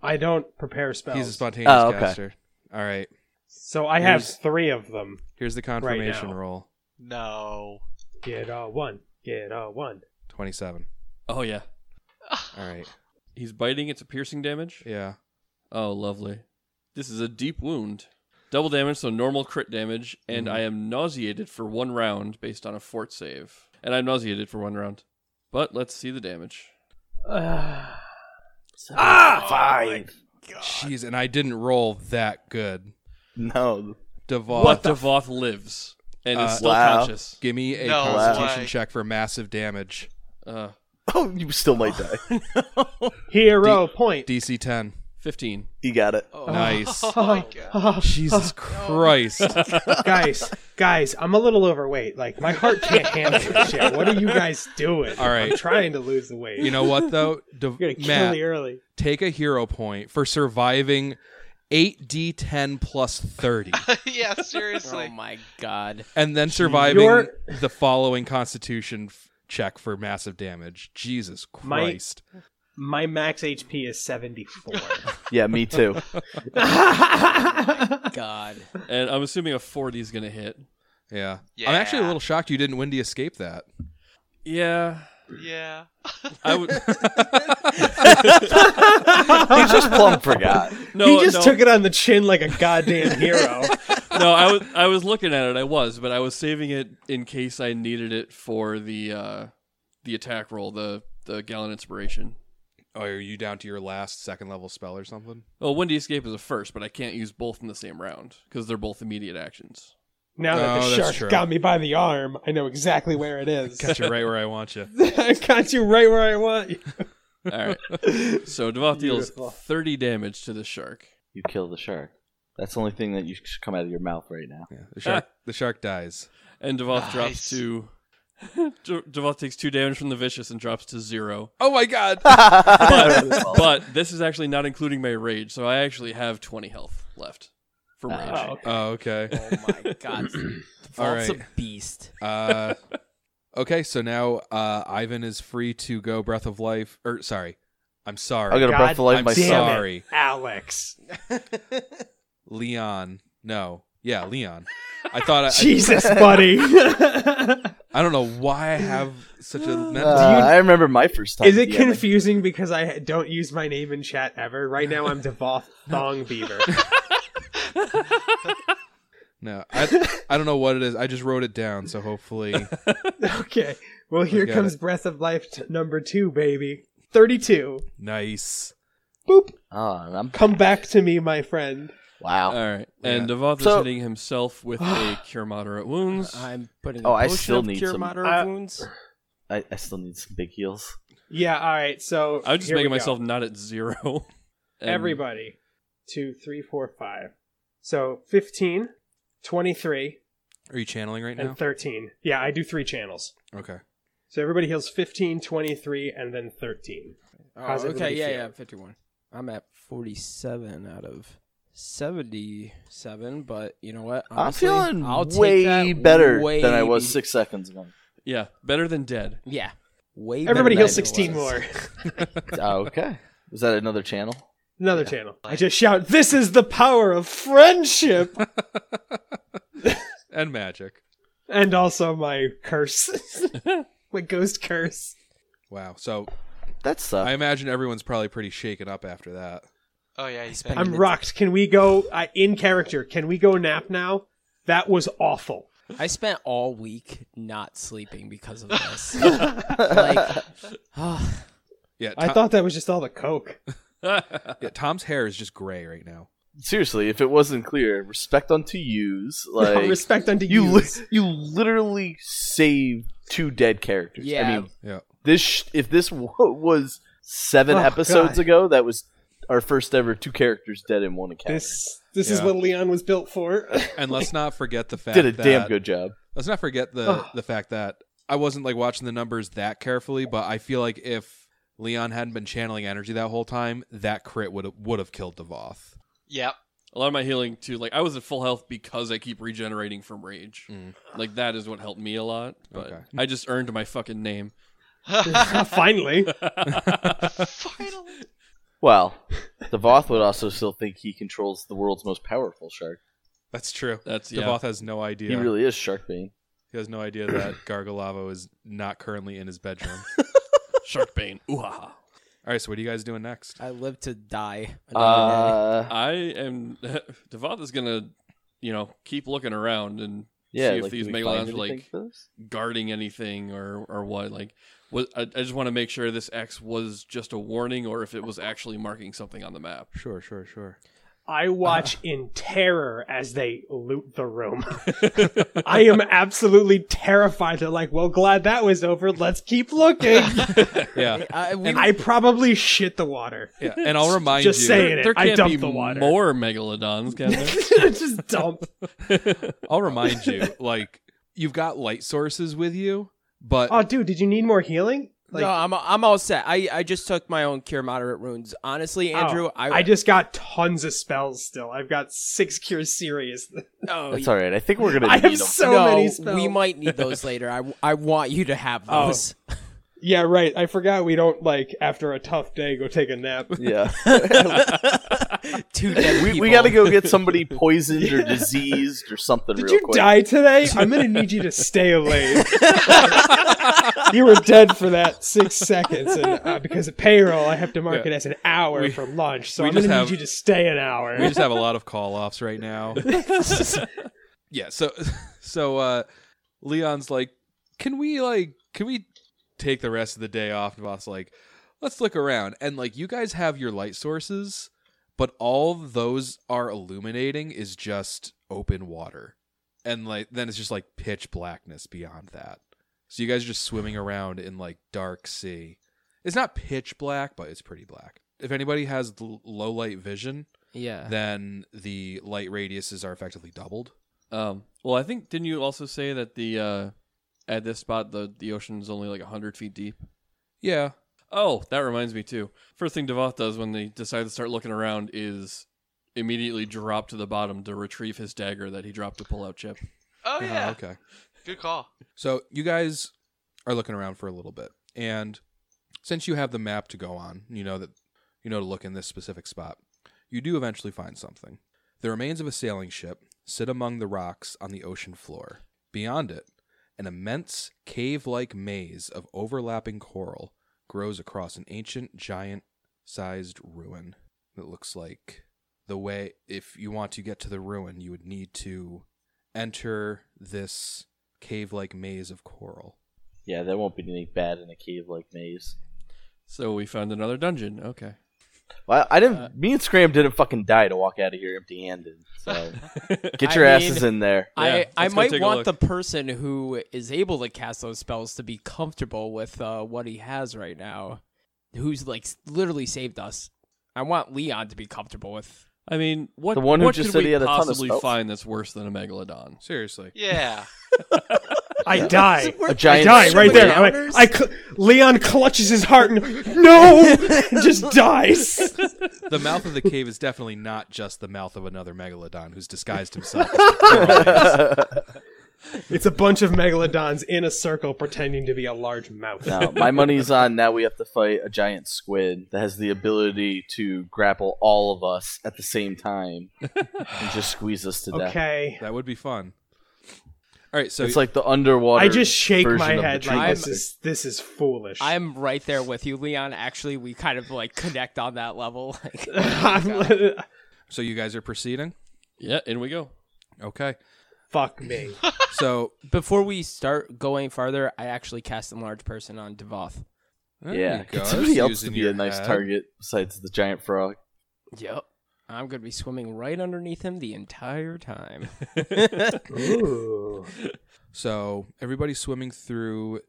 Speaker 2: I don't prepare spells,
Speaker 3: He's a spontaneous
Speaker 1: Oh, okay.
Speaker 3: caster. All right.
Speaker 2: so I have
Speaker 3: Here's-
Speaker 2: three of them.
Speaker 3: Here's the confirmation
Speaker 2: now.
Speaker 3: roll.
Speaker 5: No.
Speaker 2: Get a one. Get a one.
Speaker 3: Twenty-seven.
Speaker 6: Oh yeah.
Speaker 3: All right.
Speaker 6: He's biting. It's a piercing damage.
Speaker 3: Yeah.
Speaker 6: Oh, lovely. This is a deep wound. Double damage, so normal crit damage, and
Speaker 2: Mm-hmm.
Speaker 6: I am nauseated for one round based on a fort save. And I'm nauseated for one round. But let's see the damage.
Speaker 1: Ah, five.
Speaker 3: Jeez, and I didn't roll that good.
Speaker 1: No,
Speaker 3: Devoth,
Speaker 6: But Devoth lives and
Speaker 3: Uh,
Speaker 6: is still
Speaker 1: Wow.
Speaker 6: conscious.
Speaker 3: give me a
Speaker 5: No
Speaker 3: Constitution
Speaker 5: way.
Speaker 3: check for massive damage.
Speaker 6: Uh,
Speaker 1: oh, you still might die.
Speaker 2: Hero point.
Speaker 3: DC ten.
Speaker 6: 15.
Speaker 1: You got it.
Speaker 3: Nice.
Speaker 5: Oh my god.
Speaker 3: Jesus Christ.
Speaker 2: guys, guys, I'm a little overweight. Like my heart can't handle this shit. What are you guys doing?
Speaker 3: All right.
Speaker 2: I'm trying to lose the weight.
Speaker 3: You know what though, De-
Speaker 2: You're gonna kill
Speaker 3: Matt,
Speaker 2: me early.
Speaker 3: take a hero point for surviving eight D ten plus thirty,
Speaker 5: yeah,
Speaker 4: Oh
Speaker 5: seriously.
Speaker 4: my god.
Speaker 3: and then surviving
Speaker 2: You're-
Speaker 3: the following Constitution f- check for massive damage. Jesus
Speaker 2: My-
Speaker 3: Christ.
Speaker 2: My max HP is 74.
Speaker 1: Yeah, me too.
Speaker 4: God.
Speaker 6: And I'm assuming a 40 is going to hit.
Speaker 3: Yeah. I'm actually a
Speaker 5: Yeah.
Speaker 3: little shocked you didn't win to escape that.
Speaker 6: Yeah.
Speaker 5: yeah.
Speaker 6: I would.
Speaker 1: he just plumb forgot.
Speaker 6: No,
Speaker 2: he just
Speaker 6: no,
Speaker 2: took it on the chin like a goddamn hero.
Speaker 6: no, I was I was looking at it. I was, but I was saving it in case I needed it for the uh, the attack roll, the the gallon inspiration.
Speaker 3: Oh, are you down to your last second level spell or something?
Speaker 6: Well, Windy Escape is a first, but I can't use both in the same round because they're both immediate actions.
Speaker 2: Now that
Speaker 3: Oh,
Speaker 2: the
Speaker 3: that's
Speaker 2: shark
Speaker 3: true.
Speaker 2: got me by the arm, I know exactly where it is.
Speaker 3: Got you right where I want you.
Speaker 2: I got you right where I want you.
Speaker 6: All right. so Devoth deals
Speaker 2: Beautiful.
Speaker 6: 30 damage to the shark.
Speaker 1: You kill the shark. That's the only thing that you should come out of your mouth right now.
Speaker 3: Yeah, the shark. the shark dies.
Speaker 6: And Devoth drops
Speaker 5: Nice.
Speaker 6: to. De- Devoth takes two damage from the Vicious and drops to zero.
Speaker 3: Oh my god.
Speaker 6: But, but this is actually not including my rage, so I actually have 20 health left for rage.
Speaker 2: Oh, okay.
Speaker 3: oh, okay.
Speaker 4: Oh my god.
Speaker 3: All
Speaker 4: Vault's
Speaker 3: right.
Speaker 4: a beast.
Speaker 3: Uh, okay, so now uh, Ivan is free to go breath of life. Or sorry, I'm sorry.
Speaker 1: I'm gonna
Speaker 2: God
Speaker 1: breath of life
Speaker 3: I'm
Speaker 1: myself.
Speaker 2: damn
Speaker 3: sorry.
Speaker 2: it, Alex.
Speaker 3: Leon. No. Yeah, Leon. I thought I,
Speaker 2: Jesus, buddy.
Speaker 3: I. don't know why I have such a mental.
Speaker 1: Uh, I remember my first time.
Speaker 2: Is it
Speaker 1: DMing.
Speaker 2: confusing because I don't use my name in chat ever? Right now I'm Devoth Thong Beaver.
Speaker 3: no, I. I don't know what it is. I just wrote it down, so hopefully.
Speaker 2: Okay. Well, here
Speaker 3: got
Speaker 2: comes Breath of Life t- number two, baby. 32.
Speaker 3: nice.
Speaker 2: Boop.
Speaker 1: Oh, and I'm-
Speaker 2: Come back to me, my friend.
Speaker 1: wow.
Speaker 6: All right. And
Speaker 3: Yeah.
Speaker 6: Devoth is
Speaker 1: So-
Speaker 6: hitting himself with a cure moderate wounds.
Speaker 4: I'm putting.
Speaker 1: Oh,
Speaker 4: a
Speaker 1: I
Speaker 4: potion
Speaker 1: still
Speaker 4: of
Speaker 1: need
Speaker 4: cure
Speaker 1: some-
Speaker 4: moderate
Speaker 2: I-
Speaker 4: wounds.
Speaker 1: I, I still need some big heals.
Speaker 2: Yeah, all right. So
Speaker 6: I'm just
Speaker 2: here we
Speaker 6: making
Speaker 2: go.
Speaker 6: myself not at zero. And
Speaker 2: Everybody. Two, three, four, five. So 15, 23,
Speaker 3: Are you channeling right
Speaker 2: and
Speaker 3: now?
Speaker 2: 13. Yeah, I do three channels.
Speaker 3: Okay.
Speaker 2: So everybody heals 15, 23, and then 13. How's
Speaker 4: Oh, okay,
Speaker 2: everybody
Speaker 4: yeah,
Speaker 2: feel?
Speaker 4: yeah, 51. I'm at 47 out of 77, but you know what?
Speaker 1: I'm
Speaker 4: Honestly,
Speaker 1: feeling
Speaker 4: I'll take
Speaker 1: way
Speaker 4: that
Speaker 1: better
Speaker 4: way
Speaker 1: than I was
Speaker 4: be-
Speaker 1: six seconds ago.
Speaker 6: Yeah, better than dead.
Speaker 4: Yeah. Way better
Speaker 2: Everybody
Speaker 4: than
Speaker 2: heals
Speaker 4: it
Speaker 2: 16
Speaker 4: was.
Speaker 2: more.
Speaker 1: oh, okay. Was that another channel?
Speaker 2: Another channel. I just shout, This is the power of friendship!
Speaker 3: And magic.
Speaker 2: and also my curse. my ghost curse.
Speaker 3: Wow. So
Speaker 1: That
Speaker 3: I
Speaker 1: sucks.
Speaker 3: imagine everyone's probably pretty shaken up after that.
Speaker 5: Oh yeah, he's
Speaker 4: spent-
Speaker 5: back.
Speaker 2: I'm rocked. Can we go I, in character? Can we go nap now? That was awful.
Speaker 4: I spent all week not sleeping because of this. like, oh,
Speaker 3: Yeah.
Speaker 2: I
Speaker 3: Tom-
Speaker 2: thought that was just all the coke.
Speaker 3: yeah, Tom's hair is just gray right now.
Speaker 1: Seriously, if it wasn't clear, respect unto yous. Like
Speaker 2: Respect unto
Speaker 1: you,
Speaker 2: you.
Speaker 1: li- you literally saved two dead characters. I
Speaker 4: Yeah.
Speaker 1: mean,
Speaker 3: Yeah.
Speaker 1: this sh- if this w- was seven
Speaker 2: Oh,
Speaker 1: episodes
Speaker 2: God.
Speaker 1: ago, that was our first ever two characters dead in one encounter.
Speaker 2: This this is
Speaker 3: Yeah.
Speaker 2: what Leon was built for.
Speaker 3: And let's not forget the fact
Speaker 1: Did a
Speaker 3: that
Speaker 1: damn good job.
Speaker 3: let's not forget the the fact that I wasn't like watching the numbers that carefully, but I feel like if Leon hadn't been channeling energy that whole time, that crit would would have killed Devoth.
Speaker 5: Yep.
Speaker 6: A lot of my healing too, like I was at full health because I keep regenerating from rage.
Speaker 3: Mm.
Speaker 6: Like that is what helped me a lot. But
Speaker 3: Okay.
Speaker 6: I just earned my fucking name.
Speaker 2: Finally.
Speaker 5: Finally.
Speaker 1: Well, the Voth would also still think he controls the world's most powerful shark.
Speaker 3: That's true.
Speaker 6: That's yeah.
Speaker 3: Devoth has no idea.
Speaker 1: He really is Sharkbane.
Speaker 3: He has no idea that Gargalavo is not currently in his bedroom.
Speaker 6: Sharkbane. Ooh ha ha.
Speaker 3: All right, so what are you guys doing next?
Speaker 4: I live to die. another day.
Speaker 1: Uh,
Speaker 6: I am Devoth is gonna, you know, keep looking around and
Speaker 1: yeah,
Speaker 6: see if
Speaker 1: like,
Speaker 6: these
Speaker 1: do we find
Speaker 6: Megalons are
Speaker 1: anything
Speaker 6: like
Speaker 1: for this?
Speaker 6: guarding anything or or what. Like, was I, I just want to make sure this X was just a warning or if it was actually marking something on the map.
Speaker 3: Sure, sure, sure.
Speaker 2: I watch in terror as they loot the room. I am absolutely terrified. They're like, well, glad that was over. Let's keep looking.
Speaker 3: Yeah,
Speaker 4: I, we,
Speaker 2: I probably shit the water.
Speaker 3: yeah. And I'll remind
Speaker 2: Just
Speaker 3: you.
Speaker 2: saying it.
Speaker 6: There
Speaker 2: I
Speaker 6: can't
Speaker 2: dumped
Speaker 6: be
Speaker 2: the water.
Speaker 6: more megalodons, can there?
Speaker 2: Just dump.
Speaker 3: I'll remind you. Like you've got light sources with you, but
Speaker 2: Oh, dude, did you need more healing? Like,
Speaker 4: no, I'm I'm all set. I, I just took my own cure moderate wounds. Honestly,
Speaker 2: oh,
Speaker 4: Andrew, I
Speaker 2: I just got tons of spells still. I've got six cure series.
Speaker 4: oh,
Speaker 1: That's all right. I think we're gonna.
Speaker 2: I have
Speaker 1: need 'em.
Speaker 2: so
Speaker 4: no,
Speaker 2: many spells.
Speaker 4: we might need those later. I, I want you to have
Speaker 2: Oh.
Speaker 4: those.
Speaker 2: Yeah, right. I forgot we don't like after a tough day go take a nap.
Speaker 1: Yeah,
Speaker 4: Two dead
Speaker 1: we, we
Speaker 4: people.
Speaker 1: got to go get somebody poisoned or diseased or something.
Speaker 2: Did
Speaker 1: real
Speaker 2: you
Speaker 1: quick.
Speaker 2: die today? I'm gonna need you to stay away. you were dead for that six seconds, and uh, because of payroll, I have to mark it as an hour
Speaker 3: We-
Speaker 2: from lunch. So
Speaker 3: we
Speaker 2: I'm
Speaker 3: just
Speaker 2: gonna
Speaker 3: have-
Speaker 2: need you to stay an hour.
Speaker 3: we just have a lot of call offs right now. yeah, so so uh Leon's like, Can we like can we take the rest of the day off? And Voth's like, let's look around. And like you guys have your light sources, but all those are illuminating is just open water. And like then it's just like pitch blackness beyond that. So you guys are just swimming around in like dark sea. It's not pitch black, but it's pretty black. If anybody has l- low light vision,
Speaker 4: Yeah.
Speaker 3: then the light radiuses are effectively doubled.
Speaker 6: Um, well, I think didn't you also say that the uh, at this spot the the ocean's only like hundred feet deep?
Speaker 3: Yeah.
Speaker 6: Oh, that reminds me too. First thing Devoth does when they decide to start looking around is immediately drop to the bottom to retrieve his dagger that he dropped to pull out Chip.
Speaker 5: Oh yeah.
Speaker 3: Uh-huh, okay.
Speaker 5: Good call.
Speaker 3: So you guys are looking around for a little bit, and since you have the map to go on, you know that you know to look in this specific spot. You do eventually find something. The remains of a sailing ship sit among the rocks on the ocean floor. Beyond it, an immense cave-like maze of overlapping coral grows across an ancient giant-sized ruin. It looks like the way if you want to get to the ruin, you would need to enter this cave like maze of coral.
Speaker 1: Yeah, there won't be anything bad in a cave like maze.
Speaker 6: So we found another dungeon. Okay.
Speaker 1: Well, I didn't.
Speaker 3: Uh,
Speaker 1: me and Scram didn't fucking die to walk out of here empty-handed. So get
Speaker 4: I
Speaker 1: your
Speaker 4: mean-
Speaker 1: asses in there.
Speaker 6: Yeah,
Speaker 4: I, I
Speaker 6: let's go
Speaker 4: might
Speaker 6: take a
Speaker 4: want
Speaker 6: look.
Speaker 4: the person who is able to cast those spells to be comfortable with uh, what he has right now, who's like s- literally saved us. I want Leon to be comfortable with.
Speaker 6: I mean, what
Speaker 1: The one who
Speaker 6: what
Speaker 1: just
Speaker 6: could
Speaker 1: said
Speaker 6: we
Speaker 1: he had a ton of
Speaker 6: possibly
Speaker 1: spells.
Speaker 6: find that's worse than a megalodon?
Speaker 3: Seriously.
Speaker 5: Yeah.
Speaker 2: I die.
Speaker 1: A giant
Speaker 2: I die right there.
Speaker 1: squid.
Speaker 2: I'm like- I cl- Leon clutches his heart and no, and just dies.
Speaker 3: The mouth of the cave is definitely not just the mouth of another megalodon who's disguised himself.
Speaker 2: It's a bunch of megalodons in a circle pretending to be a large mouth.
Speaker 1: No, my money's on now we have to fight a giant squid that has the ability to grapple all of us at the same time and just squeeze us to death.
Speaker 2: Okay.
Speaker 3: that would be fun. All right, so
Speaker 1: It's like the underwater.
Speaker 2: I just shake
Speaker 1: version
Speaker 2: my
Speaker 1: of the
Speaker 2: head
Speaker 1: tree
Speaker 2: like this
Speaker 1: lizard.
Speaker 2: is this is foolish.
Speaker 4: I'm right there with you, Leon. Actually, we kind of like connect on that level. Like,
Speaker 1: Oh
Speaker 2: I'm-
Speaker 3: so you guys are proceeding?
Speaker 6: Yeah, in we go.
Speaker 3: Okay.
Speaker 2: fuck me.
Speaker 3: So
Speaker 4: before we start going farther, I actually cast enlarge person on Devoth.
Speaker 3: there you
Speaker 1: yeah, get
Speaker 3: go.
Speaker 1: somebody else
Speaker 3: Using
Speaker 1: to be
Speaker 3: your
Speaker 1: a nice
Speaker 3: head.
Speaker 1: target besides the giant frog.
Speaker 4: Yep. I'm gonna be swimming right underneath him the entire time.
Speaker 2: Ooh.
Speaker 3: So everybody's swimming through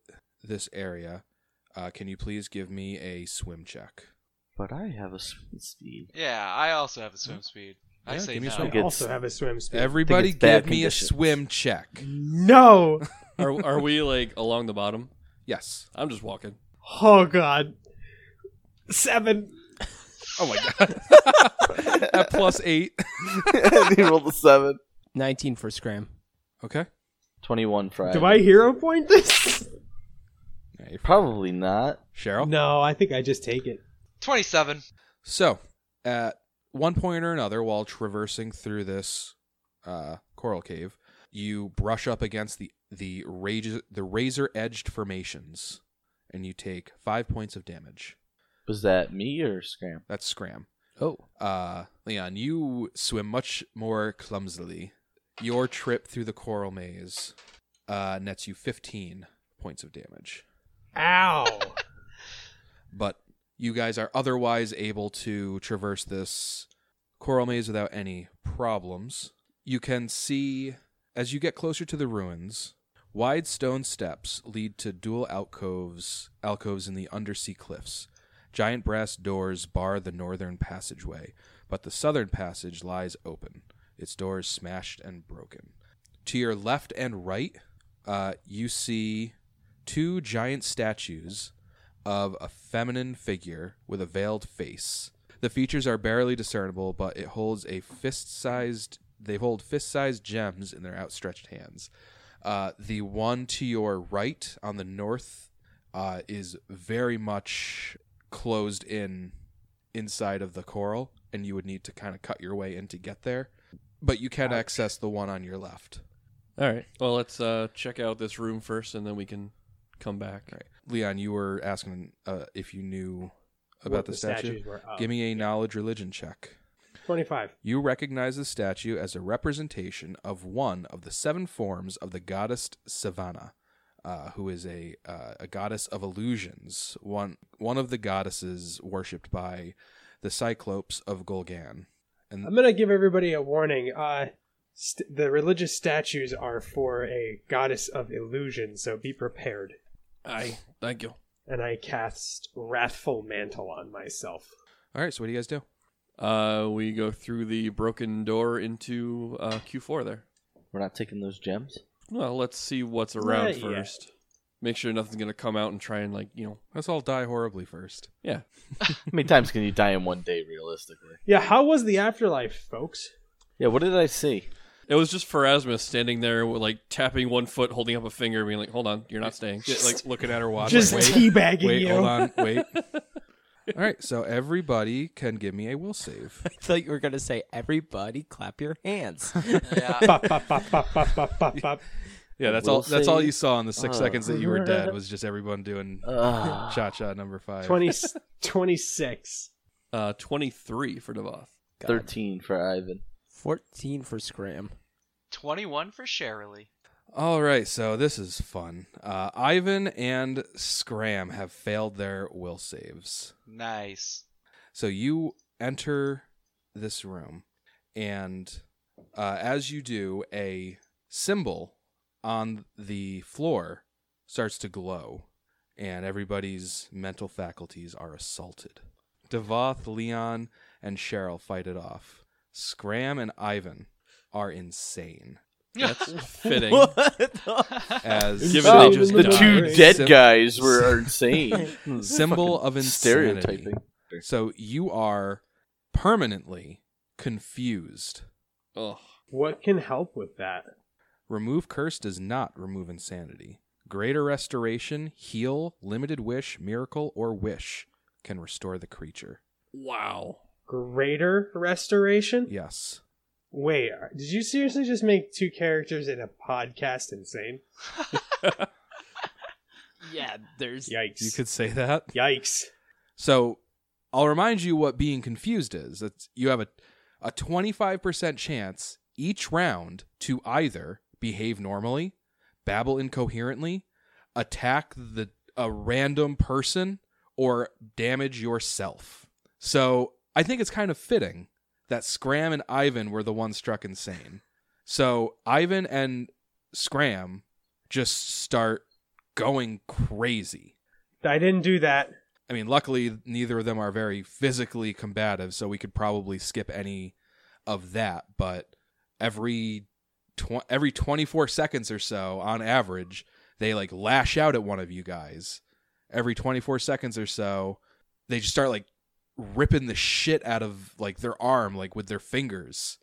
Speaker 3: this area. Uh, can you please give me a swim check?
Speaker 1: But I have a swim speed.
Speaker 5: Yeah, I also have a swim speed. I
Speaker 3: Yeah,
Speaker 5: say
Speaker 3: give me
Speaker 5: no.
Speaker 3: some-
Speaker 2: I also have a swim speed.
Speaker 3: Everybody,
Speaker 1: it's bad
Speaker 3: give me a
Speaker 1: conditions.
Speaker 3: swim check.
Speaker 2: no.
Speaker 6: Are are we like along the bottom?
Speaker 3: Yes.
Speaker 6: I'm just walking.
Speaker 2: Oh god. Seven.
Speaker 3: Oh my god. At plus eight.
Speaker 1: he rolled a seven.
Speaker 4: 19 for Scram.
Speaker 3: Okay.
Speaker 1: Twenty-one frog.
Speaker 2: Do I hero point this?
Speaker 1: Probably not.
Speaker 3: Cheryl.
Speaker 2: No, I think I just take it.
Speaker 5: 27.
Speaker 3: So, at one point or another, while traversing through this uh, coral cave, you brush up against the the rage, the razor edged formations, and you take five points of damage.
Speaker 1: Was that me or Scram?
Speaker 3: That's scram.
Speaker 4: Oh.
Speaker 3: Uh, Leon, you swim much more clumsily. Your trip through the coral maze uh, nets you fifteen points of damage.
Speaker 2: Ow.
Speaker 3: but you guys are otherwise able to traverse this coral maze without any problems. You can see, as you get closer to the ruins, wide stone steps lead to dual alcoves, alcoves in the undersea cliffs. Giant brass doors bar the northern passageway, but the southern passage lies open, its doors smashed and broken. To your left and right, uh, you see two giant statues of a feminine figure with a veiled face. The features are barely discernible, but it holds a fist-sized. They hold fist-sized gems in their outstretched hands. Uh, the one to your right on the north uh, is very much closed in inside of the coral, and you would need to kind of cut your way in to get there. But you can access the one on your left.
Speaker 6: All right. Well, let's uh, check out this room first, and then we can come back.
Speaker 3: Leon, you were asking uh, if you knew about
Speaker 2: What
Speaker 3: the, statue.
Speaker 2: statues were up.
Speaker 3: Give me a knowledge religion check.
Speaker 2: 25.
Speaker 3: You recognize the statue as a representation of one of the seven forms of the goddess Savannah, uh, who is a uh, a goddess of illusions, one one of the goddesses worshipped by the Cyclopes of Golgan.
Speaker 2: I'm going to give everybody a warning. Uh, st- the religious statues are for a goddess of illusion, so be prepared.
Speaker 6: Aye. Thank you.
Speaker 2: And I cast Wrathful Mantle on myself.
Speaker 3: All right, so what do you guys do?
Speaker 6: Uh, we go through the broken door into uh, Q4 there.
Speaker 1: We're not taking those gems.
Speaker 6: Well, let's see what's around
Speaker 2: Not yet.
Speaker 6: first. Make sure nothing's gonna come out and try and like you know.
Speaker 3: Let's all die horribly first.
Speaker 6: Yeah.
Speaker 1: How many times can you die in one day, realistically?
Speaker 2: Yeah, how was the afterlife, folks?
Speaker 1: Yeah. What did I see?
Speaker 6: It was just Pharasma standing there, with, like tapping one foot, holding up a finger, being like, "Hold on, you're not staying."
Speaker 3: Yeah, like looking at her watch.
Speaker 2: Just
Speaker 3: like, wait,
Speaker 2: teabagging
Speaker 3: wait,
Speaker 2: you.
Speaker 3: hold on, wait. All right, so everybody can give me a will save.
Speaker 4: I thought you were gonna say everybody clap your hands.
Speaker 5: Yeah.
Speaker 2: Bop, bop, bop, bop, bop, bop, bop, bop.
Speaker 3: Yeah, that's
Speaker 1: Will
Speaker 3: all. That's all
Speaker 1: save.
Speaker 3: you saw in the six
Speaker 1: Oh.
Speaker 3: seconds that you were dead was just everyone doing
Speaker 1: Ugh.
Speaker 3: cha cha number five.
Speaker 2: 20, 26.
Speaker 6: Uh, twenty three for Devoth.
Speaker 1: Thirteen for Ivan.
Speaker 4: 14 for Scram.
Speaker 5: 21 for Shirley.
Speaker 3: All right, so this is fun. Uh, Ivan and Scram have failed their will saves.
Speaker 5: Nice.
Speaker 3: So you enter this room, and uh, as you do, a symbol on the floor starts to glow, and everybody's mental faculties are assaulted. Devoth, Leon, and Cheryl fight it off. Scram and Ivan are insane.
Speaker 6: That's fitting.
Speaker 4: What the-
Speaker 3: As
Speaker 6: Given they just
Speaker 1: Oh, the
Speaker 6: died.
Speaker 1: two
Speaker 6: Right.
Speaker 1: dead
Speaker 3: Sim-
Speaker 1: guys were are insane.
Speaker 3: symbol
Speaker 1: Fucking
Speaker 3: of insanity.
Speaker 1: stereotyping.
Speaker 3: So you are permanently confused.
Speaker 6: Ugh.
Speaker 2: What can help with that?
Speaker 3: Remove curse does not remove insanity. Greater restoration, heal, limited wish, miracle, or wish can restore the creature.
Speaker 6: Wow.
Speaker 2: Greater restoration?
Speaker 3: Yes.
Speaker 2: Wait, are- did you seriously just make two characters in a podcast insane?
Speaker 4: yeah, there's
Speaker 2: Yikes.
Speaker 3: You could say that.
Speaker 2: Yikes.
Speaker 3: So I'll remind you what being confused is. It's, you have a, a 25% chance each round to either behave normally, babble incoherently, attack the a random person, or damage yourself. So I think it's kind of fitting that Scram and Ivan were the ones struck insane. So Ivan and Scram just start going crazy.
Speaker 2: I didn't do that.
Speaker 3: I mean, luckily neither of them are very physically combative, so we could probably skip any of that. But every tw- every twenty four seconds or so, on average, they like lash out at one of you guys. Every twenty four seconds or so, they just start like ripping the shit out of like their arm, like with their fingers.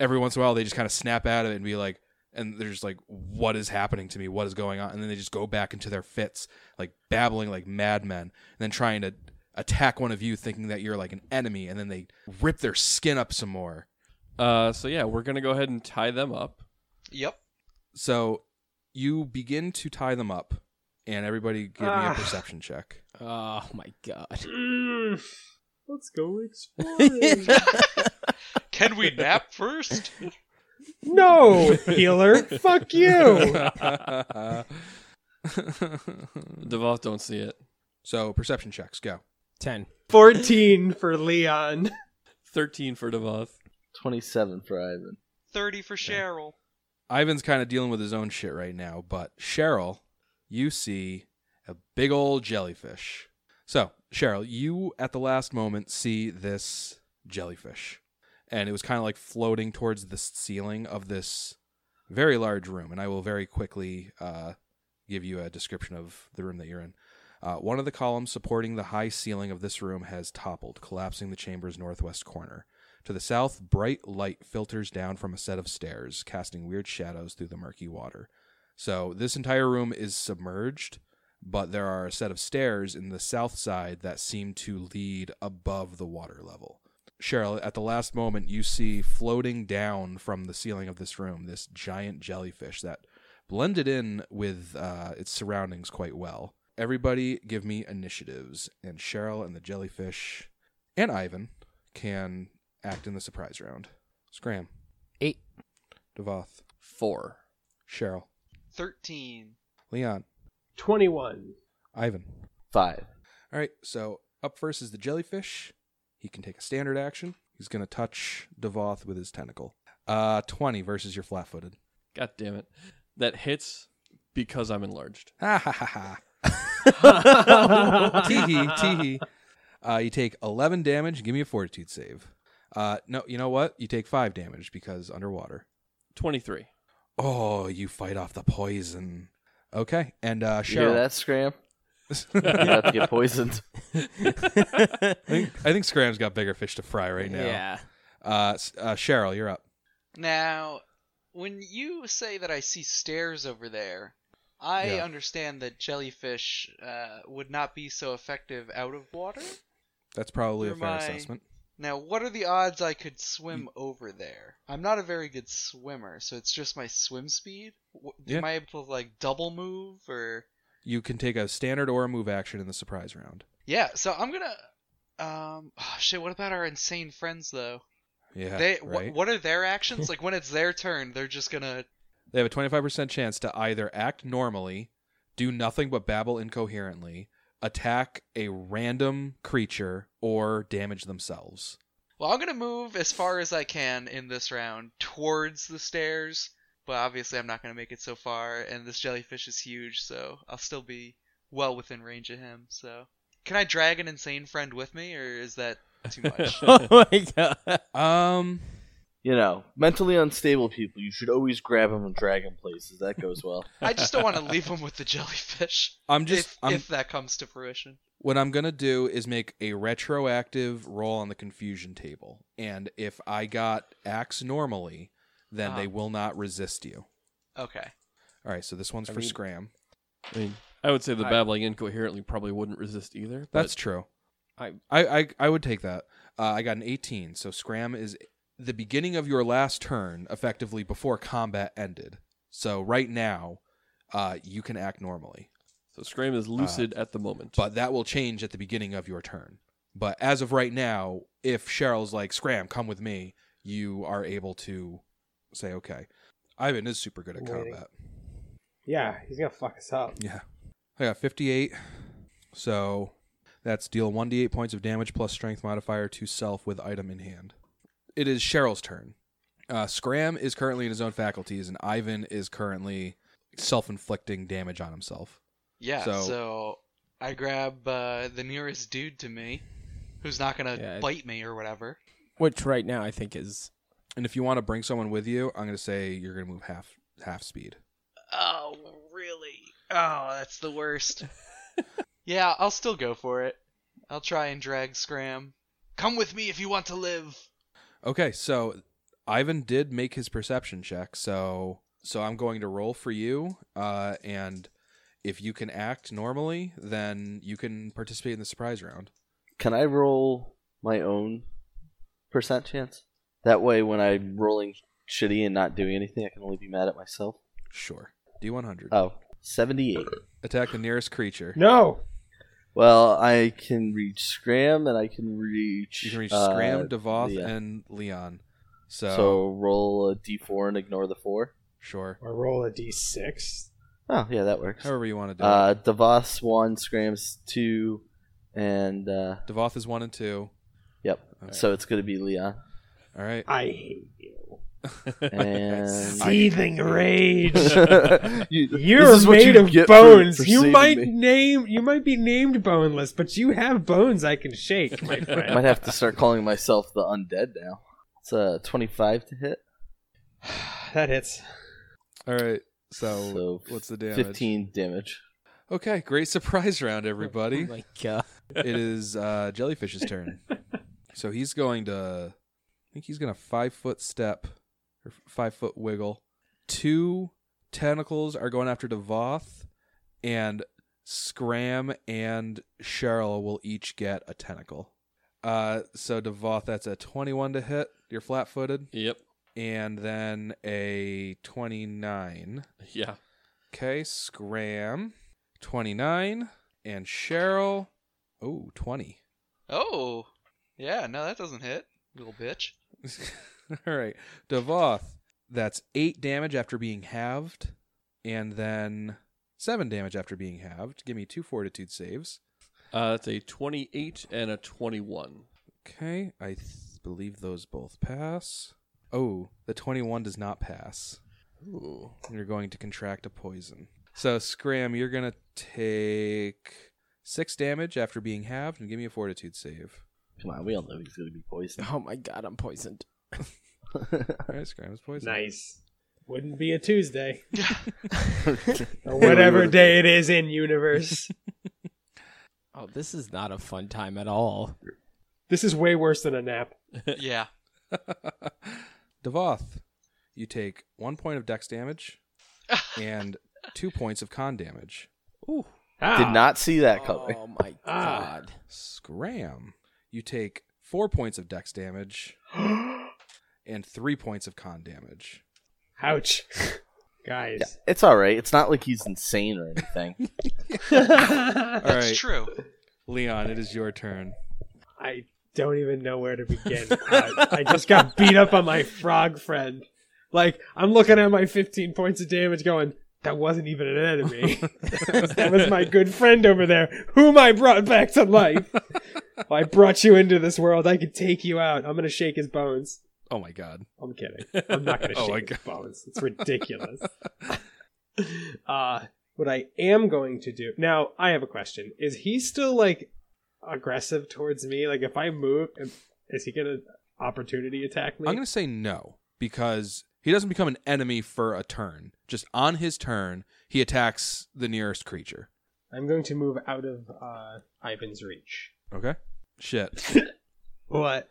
Speaker 3: Every once in a while, they just kind of snap out of it and be like, and they're just like, "What is happening to me? What is going on?" And then they just go back into their fits, like babbling like madmen and then trying to attack one of you thinking that you're like an enemy and then they rip their skin up some more
Speaker 6: Uh, so yeah, we're gonna go ahead and tie them up.
Speaker 5: Yep.
Speaker 3: so you begin to tie them up and everybody give me a
Speaker 2: Ah.
Speaker 3: perception check
Speaker 4: Oh my god.
Speaker 2: Mm. Let's go exploring.
Speaker 5: Can we nap first?
Speaker 2: no, healer. Fuck you.
Speaker 6: Devoth don't see it.
Speaker 3: so perception checks go
Speaker 4: 10.
Speaker 2: 14 for Leon.
Speaker 6: Thirteen for Devoth.
Speaker 1: Twenty-seven for Ivan.
Speaker 5: 30 for Cheryl.
Speaker 3: ivan's kind of dealing with his own shit right now but cheryl you see a big old jellyfish so cheryl you at the last moment see this jellyfish and it was kind of like floating towards the ceiling of this very large room. And I will very quickly uh, give you a description of the room that you're in. Uh, one of the columns supporting the high ceiling of this room has toppled, collapsing the chamber's northwest corner. To the south, bright light filters down from a set of stairs, casting weird shadows through the murky water. So this entire room is submerged, but there are a set of stairs in the south side that seem to lead above the water level. Cheryl, at the last moment, you see floating down from the ceiling of this room this giant jellyfish that blended in with uh, its surroundings quite well. Everybody, give me initiatives, and Cheryl and the jellyfish and Ivan can act in the surprise round. Scram,
Speaker 4: Eight.
Speaker 3: Devoth,
Speaker 6: Four.
Speaker 3: Cheryl,
Speaker 5: 13.
Speaker 3: Leon,
Speaker 2: 21.
Speaker 3: Ivan.
Speaker 1: Five.
Speaker 3: All right, so up first is the jellyfish. He can take a standard action. He's going to touch Devoth with his tentacle. Uh, 20 versus your flat footed.
Speaker 6: God damn it. That hits because I'm enlarged.
Speaker 3: Ha ha ha ha.
Speaker 2: Tee
Speaker 3: Tee hee, tee hee. Uh, you take 11 damage. Give me a fortitude save. Uh, no, you know what? You take 5 damage because underwater.
Speaker 6: Twenty-three.
Speaker 3: Oh, you fight off the poison. Okay, and uh,
Speaker 1: You hear
Speaker 3: Cheryl.
Speaker 1: that, Scram? You're about to get poisoned.
Speaker 3: I, think, I think Scram's got bigger fish to fry right now.
Speaker 4: Yeah.
Speaker 3: Uh, S- uh, Cheryl, you're up.
Speaker 5: Now, when you say that I see stairs over there, I
Speaker 3: Yeah.
Speaker 5: understand that jellyfish uh, would not be so effective out of water.
Speaker 3: That's probably a
Speaker 5: You're
Speaker 3: fair
Speaker 5: my-
Speaker 3: assessment.
Speaker 5: Now, what are the odds I could
Speaker 3: Mm.
Speaker 5: swim over there? I'm not a very good swimmer, so it's just my swim speed. Wh-
Speaker 3: Yeah.
Speaker 5: Am I able to like double move or?
Speaker 3: You can take a standard or a move action in the surprise round.
Speaker 5: Yeah, so I'm gonna. Um, shit. What about our insane friends though?
Speaker 3: Yeah,
Speaker 5: they wh-
Speaker 3: right?
Speaker 5: what are their actions? like when it's their turn, they're just gonna.
Speaker 3: They have a 25% chance to either act normally, do nothing but babble incoherently, attack a random creature, or damage themselves.
Speaker 5: Well, I'm gonna move as far as I can in this round towards the stairs, but obviously I'm not gonna make it so far. And this jellyfish is huge, so I'll still be well within range of him. So Can I drag an insane friend with me, or is that too much?
Speaker 4: Oh my god.
Speaker 3: Um,
Speaker 1: You know, mentally unstable people, you should always grab them and drag them places. That goes well.
Speaker 5: I just don't want to leave him with the jellyfish.
Speaker 3: I'm just
Speaker 5: if,
Speaker 3: I'm,
Speaker 5: if that comes to fruition.
Speaker 3: what I'm gonna do is make a retroactive roll on the confusion table, and if I got acts normally, then
Speaker 5: Ah.
Speaker 3: they will not resist you.
Speaker 5: Okay.
Speaker 3: All right, so this one's
Speaker 4: I
Speaker 3: for
Speaker 4: mean-
Speaker 3: Scram.
Speaker 6: I mean, I would say the
Speaker 4: I-
Speaker 6: babbling incoherently probably wouldn't resist either. But
Speaker 3: That's true.
Speaker 4: I-
Speaker 3: I I, I would take that. Uh, I got an 18, so Scram is the beginning of your last turn, effectively before combat ended. So right now, uh, you can act normally.
Speaker 6: so Scram is lucid at the moment.
Speaker 3: but that will change at the beginning of your turn. But as of right now, if Cheryl's like, Scram, come with me, you are able to say, okay. Ivan is super good at
Speaker 2: Waiting.
Speaker 3: combat.
Speaker 2: Yeah, he's gonna fuck us up.
Speaker 3: Yeah. I got 58. So that's deal 1d8 points of damage plus strength modifier to self with item in hand. It is Cheryl's turn. Uh, Scram is currently in his own faculties, and Ivan is currently self inflicting damage on himself.
Speaker 5: Yeah.
Speaker 3: So-
Speaker 5: So, I grab uh, the nearest dude to me, who's not gonna
Speaker 4: Yeah, I-
Speaker 5: bite me or whatever.
Speaker 4: Which right now I think is
Speaker 3: And if you want to bring someone with you, I'm going to say you're going to move half half speed.
Speaker 5: Oh, really? Oh, that's the worst. yeah, I'll still go for it. I'll try and drag Scram. Come with me if you want to live.
Speaker 3: Okay, so Ivan did make his perception check, so so I'm going to roll for you, uh, and if you can act normally, then you can participate in the surprise round.
Speaker 1: Can I roll my own percent chance? That way, when I'm rolling shitty and not doing anything, I can only be mad at myself.
Speaker 3: Sure. D100.
Speaker 1: Oh, 78.
Speaker 3: Attack the nearest creature.
Speaker 2: No,
Speaker 1: Well, I can reach Scram and I can reach.
Speaker 3: you can reach
Speaker 1: uh,
Speaker 3: Scram, Devoth,
Speaker 1: Leon.
Speaker 3: and Leon. So,
Speaker 1: So. roll a d4 and ignore the 4.
Speaker 3: sure.
Speaker 2: or roll a d6.
Speaker 1: Oh, yeah, that works.
Speaker 3: However you want to do it.
Speaker 1: Uh, Davos 1, Scram's 2, and. Uh,
Speaker 3: Devoth is one and two.
Speaker 1: yep.
Speaker 3: Alright.
Speaker 1: So it's going to be Leon.
Speaker 3: All right.
Speaker 2: I hate you.
Speaker 1: And.
Speaker 2: Seething rage.
Speaker 1: You-
Speaker 2: You're
Speaker 1: this is what
Speaker 2: made
Speaker 1: you
Speaker 2: of
Speaker 1: get for-
Speaker 2: bones.
Speaker 1: for
Speaker 2: you
Speaker 1: saving
Speaker 2: might
Speaker 1: me.
Speaker 2: name you might be named boneless, but you have bones I can shake, my
Speaker 1: I
Speaker 2: friend.
Speaker 1: might have to start calling myself the undead now. It's a 25 to hit.
Speaker 2: that hits.
Speaker 3: All right. So,
Speaker 1: So,
Speaker 3: what's the damage?
Speaker 1: 15 damage.
Speaker 3: Okay, great surprise round, everybody.
Speaker 4: Oh my god.
Speaker 3: it is uh, jellyfish's turn. So he's going to, I think he's going to five foot step or five foot wiggle. Two tentacles are going after Devoth, and Scram and Cheryl will each get a tentacle. Uh, so Devoth, that's a twenty-one to hit. You're flat-footed,
Speaker 6: yep.
Speaker 3: and then a twenty-nine.
Speaker 6: Yeah.
Speaker 3: Okay, Scram, twenty-nine, and Cheryl, oh, 20.
Speaker 5: Oh, yeah. No, that doesn't hit. Little bitch.
Speaker 3: All right. Devoth, that's eight damage after being halved, and then seven damage after being halved. Give me two fortitude saves.
Speaker 6: Uh, that's a 28 and a 21.
Speaker 3: Okay. I th- believe those both pass. Oh, the 21 does not pass.
Speaker 6: Ooh.
Speaker 3: You're going to contract a poison. So, Scram, you're going to take six damage after being halved, and give me a fortitude save.
Speaker 1: Come on, we all know he's going to be poisoned.
Speaker 4: Oh my god, I'm poisoned.
Speaker 3: All right, Scram is poisoned.
Speaker 2: Nice. Wouldn't be a Tuesday. Or
Speaker 1: It
Speaker 2: whatever
Speaker 1: would.
Speaker 2: day it is in universe.
Speaker 4: Oh, this is not a fun time at all.
Speaker 2: this is way worse than a nap.
Speaker 5: yeah.
Speaker 3: Devoth, you take one point of dex damage and two points of con damage.
Speaker 1: Did not see that coming.
Speaker 4: Oh my
Speaker 2: Ah.
Speaker 4: god.
Speaker 3: Scram, you take four points of dex damage
Speaker 2: not.
Speaker 3: and three points of con damage.
Speaker 2: Ouch, guys.
Speaker 1: Yeah, it's all right. It's not like he's insane or anything.
Speaker 3: All
Speaker 5: It's
Speaker 3: right,
Speaker 5: true.
Speaker 3: Leon, it is your turn.
Speaker 2: I don't even know where to begin. Uh, I, I just got beat up on my frog friend. Like, I'm looking at my 15 points of damage going, that wasn't even an enemy. that was my good friend over there, whom I brought back to life. If I brought you into this world. I could take you out. I'm going to shake his bones.
Speaker 3: Oh my god.
Speaker 2: I'm kidding. I'm not going to
Speaker 3: Oh my
Speaker 2: shake his bones. It's ridiculous. uh, what I am going to do. Now, I have a question. Is he still, like, aggressive towards me? Like if I move, if- is he gonna opportunity attack me?
Speaker 3: I'm going to say no because he doesn't become an enemy for a turn. Just on his turn, he attacks the nearest creature.
Speaker 2: I'm going to move out of uh, Ivan's reach.
Speaker 3: Okay. Shit.
Speaker 2: What?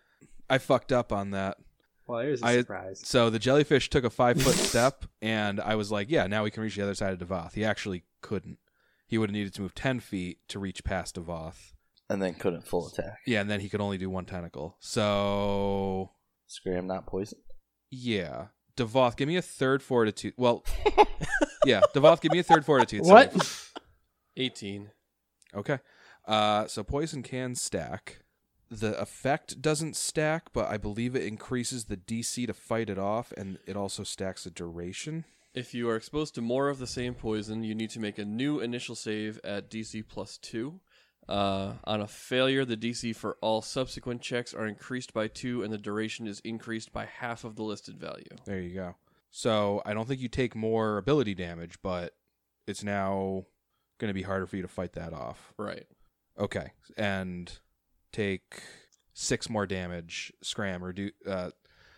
Speaker 3: I fucked up on that.
Speaker 2: Well, there's a
Speaker 3: I-
Speaker 2: surprise.
Speaker 3: So the jellyfish took a five foot step, and I was like, yeah, now we can reach the other side of Devoth. He actually couldn't. He would have needed to move 10 feet to reach past Devoth.
Speaker 1: and then couldn't full attack.
Speaker 3: Yeah, and then he could only do one tentacle. So,
Speaker 1: Scram, not poison.
Speaker 3: yeah. Devoth, give me a third fortitude. Well, yeah, Devoth, give me a third fortitude.
Speaker 2: What?
Speaker 3: save.
Speaker 6: 18.
Speaker 3: Okay. Uh, so poison can stack. The effect doesn't stack, but I believe it increases the DC to fight it off, and it also stacks the duration.
Speaker 6: If you are exposed to more of the same poison, you need to make a new initial save at DC plus 2. Uh, on a failure, the DC for all subsequent checks are increased by 2 and the duration is increased by half of the listed value.
Speaker 3: There you go. So I don't think you take more ability damage, but it's now going to be harder for you to fight that off.
Speaker 6: Right.
Speaker 3: Okay, and take six more damage. Scram or do uh,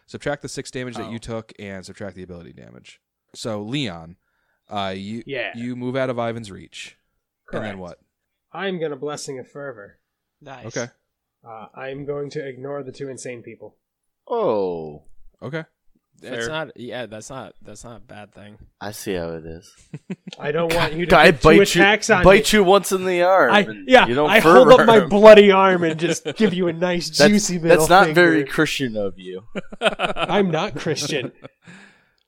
Speaker 3: subtract the six damage that
Speaker 6: Oh.
Speaker 3: you took and subtract the ability damage. So Leon, uh, you
Speaker 2: Yeah.
Speaker 3: you move out of Ivan's reach, and
Speaker 2: Correct.
Speaker 3: then what?
Speaker 2: I'm gonna blessing of fervor.
Speaker 5: Nice.
Speaker 3: Okay.
Speaker 2: Uh, I'm going to ignore the two insane people.
Speaker 1: Oh,
Speaker 3: Okay.
Speaker 4: That's
Speaker 6: Fair.
Speaker 4: not. Yeah, that's not. That's not a bad thing.
Speaker 1: I see how it is.
Speaker 2: I don't want you to
Speaker 1: Guy
Speaker 2: get two
Speaker 1: bites you,
Speaker 2: attacks on me.
Speaker 1: bite you once in the arm.
Speaker 2: I,
Speaker 1: and
Speaker 2: yeah,
Speaker 1: you don't
Speaker 2: I hold up
Speaker 1: fervor
Speaker 2: my
Speaker 1: him.
Speaker 2: bloody arm and just give you a nice
Speaker 1: That's-
Speaker 2: juicy middle.
Speaker 1: That's not very
Speaker 2: finger.
Speaker 1: Christian of you.
Speaker 2: I'm not Christian.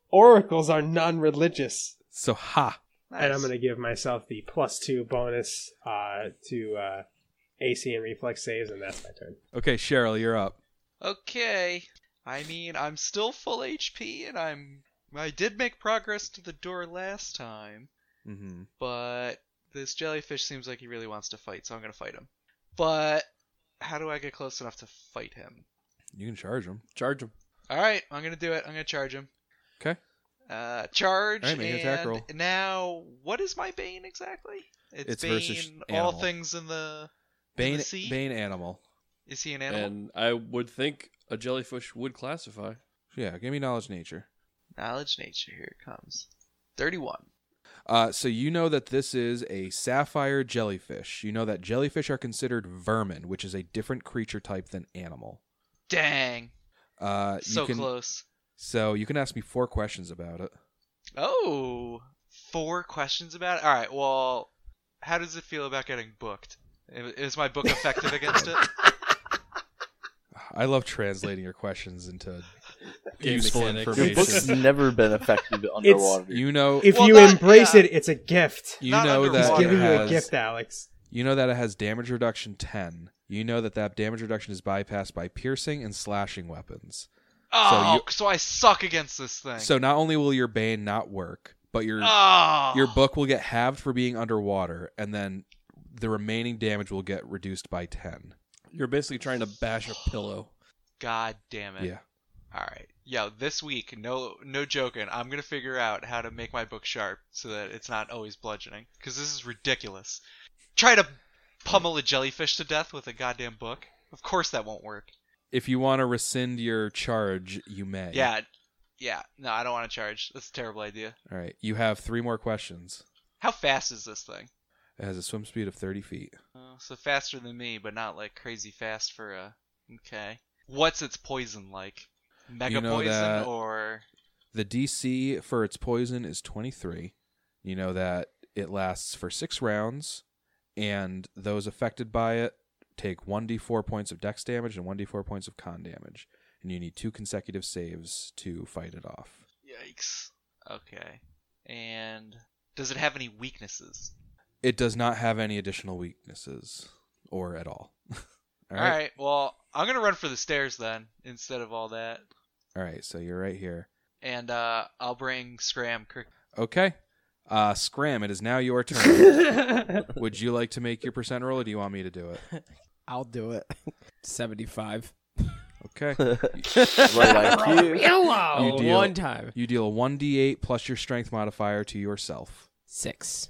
Speaker 2: Oracles are non-religious,
Speaker 3: So ha.
Speaker 2: and I'm going to give myself the plus two bonus uh, to uh, AC and reflex saves, and that's my turn.
Speaker 3: Okay, Cheryl, you're up.
Speaker 5: Okay. I mean, I'm still full HP, and I'm. I did make progress to the door last time,
Speaker 3: Mm-hmm.
Speaker 5: but this jellyfish seems like he really wants to fight, so I'm gonna fight him. But how do I get close enough to fight him?
Speaker 3: You can charge him.
Speaker 6: Charge him.
Speaker 5: All right, I'm gonna do it. I'm gonna charge him.
Speaker 3: 'Kay.
Speaker 5: Uh, charge
Speaker 3: All right, make an
Speaker 5: and
Speaker 3: attack roll.
Speaker 5: now what is my bane exactly?
Speaker 3: It's
Speaker 5: bane.
Speaker 3: versus
Speaker 5: all
Speaker 3: animal.
Speaker 5: things in the.
Speaker 3: Bane,
Speaker 5: the sea?
Speaker 3: Bane animal.
Speaker 5: Is he an animal?
Speaker 6: And I would think a jellyfish would classify.
Speaker 3: Yeah, give me knowledge nature.
Speaker 5: Knowledge nature. Here it comes. Thirty-one.
Speaker 3: Uh, so you know that this is a sapphire jellyfish. You know that jellyfish are considered vermin, which is a different creature type than animal.
Speaker 5: Dang.
Speaker 3: Uh, you
Speaker 5: So
Speaker 3: can,
Speaker 5: close.
Speaker 3: So you can ask me four questions about it.
Speaker 5: Oh, four questions about it. All right. Well, how does it feel about getting booked? I- Is my book effective against it?
Speaker 3: I love translating your questions into
Speaker 6: Game
Speaker 3: useful
Speaker 6: mechanics.
Speaker 1: Your book's
Speaker 3: information.
Speaker 1: never been effective underwater.
Speaker 3: You know,
Speaker 2: If
Speaker 5: Well,
Speaker 2: you
Speaker 5: not-
Speaker 2: embrace
Speaker 5: yeah.
Speaker 2: it, it's a gift.
Speaker 3: you
Speaker 5: not
Speaker 3: know
Speaker 2: He's
Speaker 3: that
Speaker 5: underwater.
Speaker 3: it
Speaker 2: giving you a
Speaker 3: has,
Speaker 2: gift, Alex.
Speaker 3: you know that it has damage reduction ten. You know that that damage reduction is bypassed by piercing and slashing weapons.
Speaker 5: Oh, so,
Speaker 3: you-
Speaker 5: I suck against this thing.
Speaker 3: So not only will your bane not work, but your
Speaker 5: oh,
Speaker 3: your book will get halved for being underwater, and then the remaining damage will get reduced by ten.
Speaker 6: You're basically trying to bash a pillow.
Speaker 5: God damn it.
Speaker 3: Yeah.
Speaker 5: All right. Yo, this week, no, no joking. I'm gonna figure out how to make my book sharp so that it's not always bludgeoning. Because this is ridiculous. Try to pummel a jellyfish to death with a goddamn book. Of course that won't work.
Speaker 3: If you want to rescind your charge, you may.
Speaker 5: Yeah. Yeah. No, I don't want to charge. That's a terrible idea.
Speaker 3: All right. You have three more questions.
Speaker 5: How fast is this thing?
Speaker 3: It has a swim speed of thirty feet.
Speaker 5: Uh, so faster than me, but not like crazy fast for a. Okay. What's its poison like? Mega
Speaker 3: You know
Speaker 5: poison
Speaker 3: that-
Speaker 5: or
Speaker 3: The DC for its poison is twenty three. You know that it lasts for six rounds, and those affected by it take one d four points of dex damage and one d four points of con damage, and you need two consecutive saves to fight it off.
Speaker 5: yikes? Okay. And does it have any weaknesses?
Speaker 3: It does not have any additional weaknesses or at all. all
Speaker 5: All right. Well, I'm gonna run for the stairs then instead of all that,
Speaker 3: All right. So you're right here.
Speaker 5: and uh, I'll bring Scram. Kirk-
Speaker 3: Okay. Uh, Scram, it is now your turn.
Speaker 2: That's
Speaker 3: Would you like to make your percent roll or do you want me to do it?
Speaker 4: I'll do it. Seventy-five.
Speaker 3: Okay.
Speaker 1: Right like you.
Speaker 4: Oh,
Speaker 3: deal-
Speaker 4: one time.
Speaker 3: You deal a 1d8 plus your strength modifier to yourself.
Speaker 4: Six.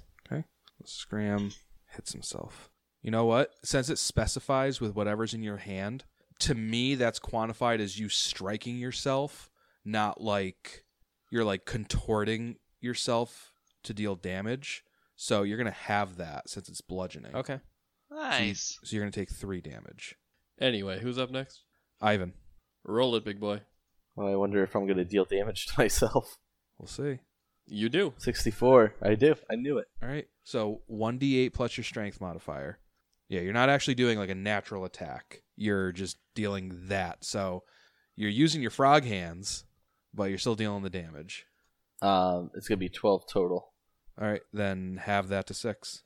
Speaker 3: Scram hits himself. You You know what? Since it specifies with whatever's in your hand, to me that's quantified as you striking yourself, not like you're like contorting yourself to deal damage. So you're gonna have that since it's bludgeoning.
Speaker 4: Okay.
Speaker 3: So, you,
Speaker 5: Nice.
Speaker 3: so you're gonna take three damage.
Speaker 6: Anyway, who's up next?
Speaker 3: Ivan,
Speaker 6: Roll it, big boy.
Speaker 1: Well, I wonder if I'm going to deal damage to myself.
Speaker 3: we'll see.
Speaker 6: You do.
Speaker 1: 64. I do. I knew it.
Speaker 3: All right. So 1d8 plus your strength modifier. Yeah, you're not actually doing like a natural attack. You're just dealing that. So you're using your frog hands, but you're still dealing the damage.
Speaker 1: Um, it's going to be 12 total.
Speaker 3: All right, then have that to 6.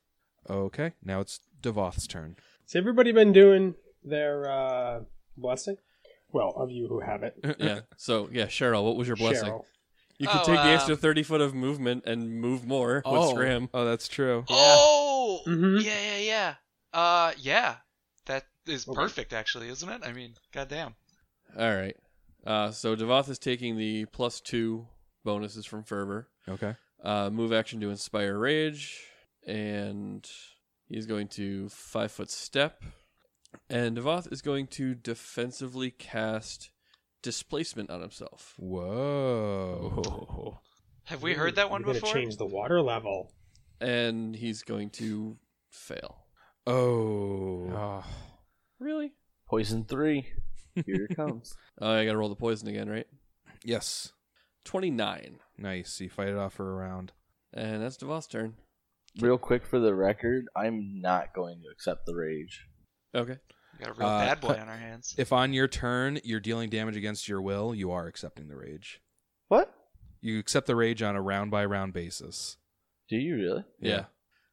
Speaker 3: Okay. Now it's Devoth's turn.
Speaker 2: Has everybody been doing their uh, blessing? Well, of you who have it,
Speaker 6: Yeah. So yeah, Cheryl, what was your blessing?
Speaker 2: Cheryl.
Speaker 6: You can
Speaker 5: Oh,
Speaker 6: take the
Speaker 5: uh,
Speaker 6: extra thirty foot of movement and move more with Scram.
Speaker 3: Oh, that's true.
Speaker 5: Oh.
Speaker 2: Mhm.
Speaker 5: Yeah, yeah, yeah. Uh, yeah. That is
Speaker 2: Okay.
Speaker 5: perfect, actually, isn't it? I mean, goddamn.
Speaker 6: All right. Uh, so Devoth is taking the plus two bonuses from Fervor.
Speaker 3: Okay.
Speaker 6: Uh, move action to inspire rage, and he's going to five foot step. And Devoth is going to defensively cast displacement on himself.
Speaker 3: Whoa.
Speaker 5: Have we heard that one
Speaker 2: You're
Speaker 5: before?
Speaker 2: Gonna change the water level.
Speaker 6: And he's going to fail.
Speaker 3: Oh.
Speaker 4: Oh.
Speaker 6: Really?
Speaker 1: Poison 3. Here it comes.
Speaker 6: Oh, I gotta roll the poison again, right?
Speaker 3: Yes.
Speaker 6: 29.
Speaker 3: Nice. You fight it off for a round.
Speaker 6: And that's Devoth's turn.
Speaker 1: Real quick for the record, I'm not going to accept the rage.
Speaker 6: Okay.
Speaker 5: We got a real
Speaker 3: Uh,
Speaker 5: bad boy
Speaker 3: cut.
Speaker 5: on our hands.
Speaker 3: If on your turn you're dealing damage against your will, you are accepting the rage.
Speaker 1: What?
Speaker 3: You accept the rage on a round by round basis.
Speaker 1: Do you really?
Speaker 6: Yeah.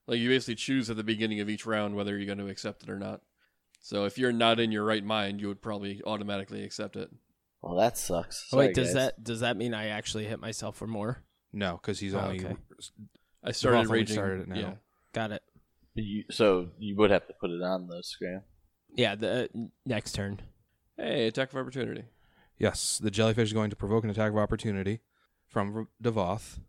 Speaker 6: Like you basically choose at the beginning of each round whether you're going to accept it or not. So if you're not in your right mind, you would probably automatically accept it.
Speaker 1: Well, that sucks.
Speaker 4: Oh,
Speaker 1: Sorry,
Speaker 4: wait, does
Speaker 1: guys.
Speaker 4: that does that mean I actually hit myself or more?
Speaker 3: No, because he's
Speaker 4: Oh,
Speaker 3: only.
Speaker 4: okay.
Speaker 6: I started
Speaker 3: only
Speaker 6: raging.
Speaker 3: started it now.
Speaker 6: Yeah.
Speaker 4: Got it.
Speaker 1: You, so you would have to put it on though, Scram.
Speaker 4: Yeah, the uh, next turn.
Speaker 6: Hey, attack of opportunity.
Speaker 3: Yes, the jellyfish is going to provoke an attack of opportunity from R- Devoth.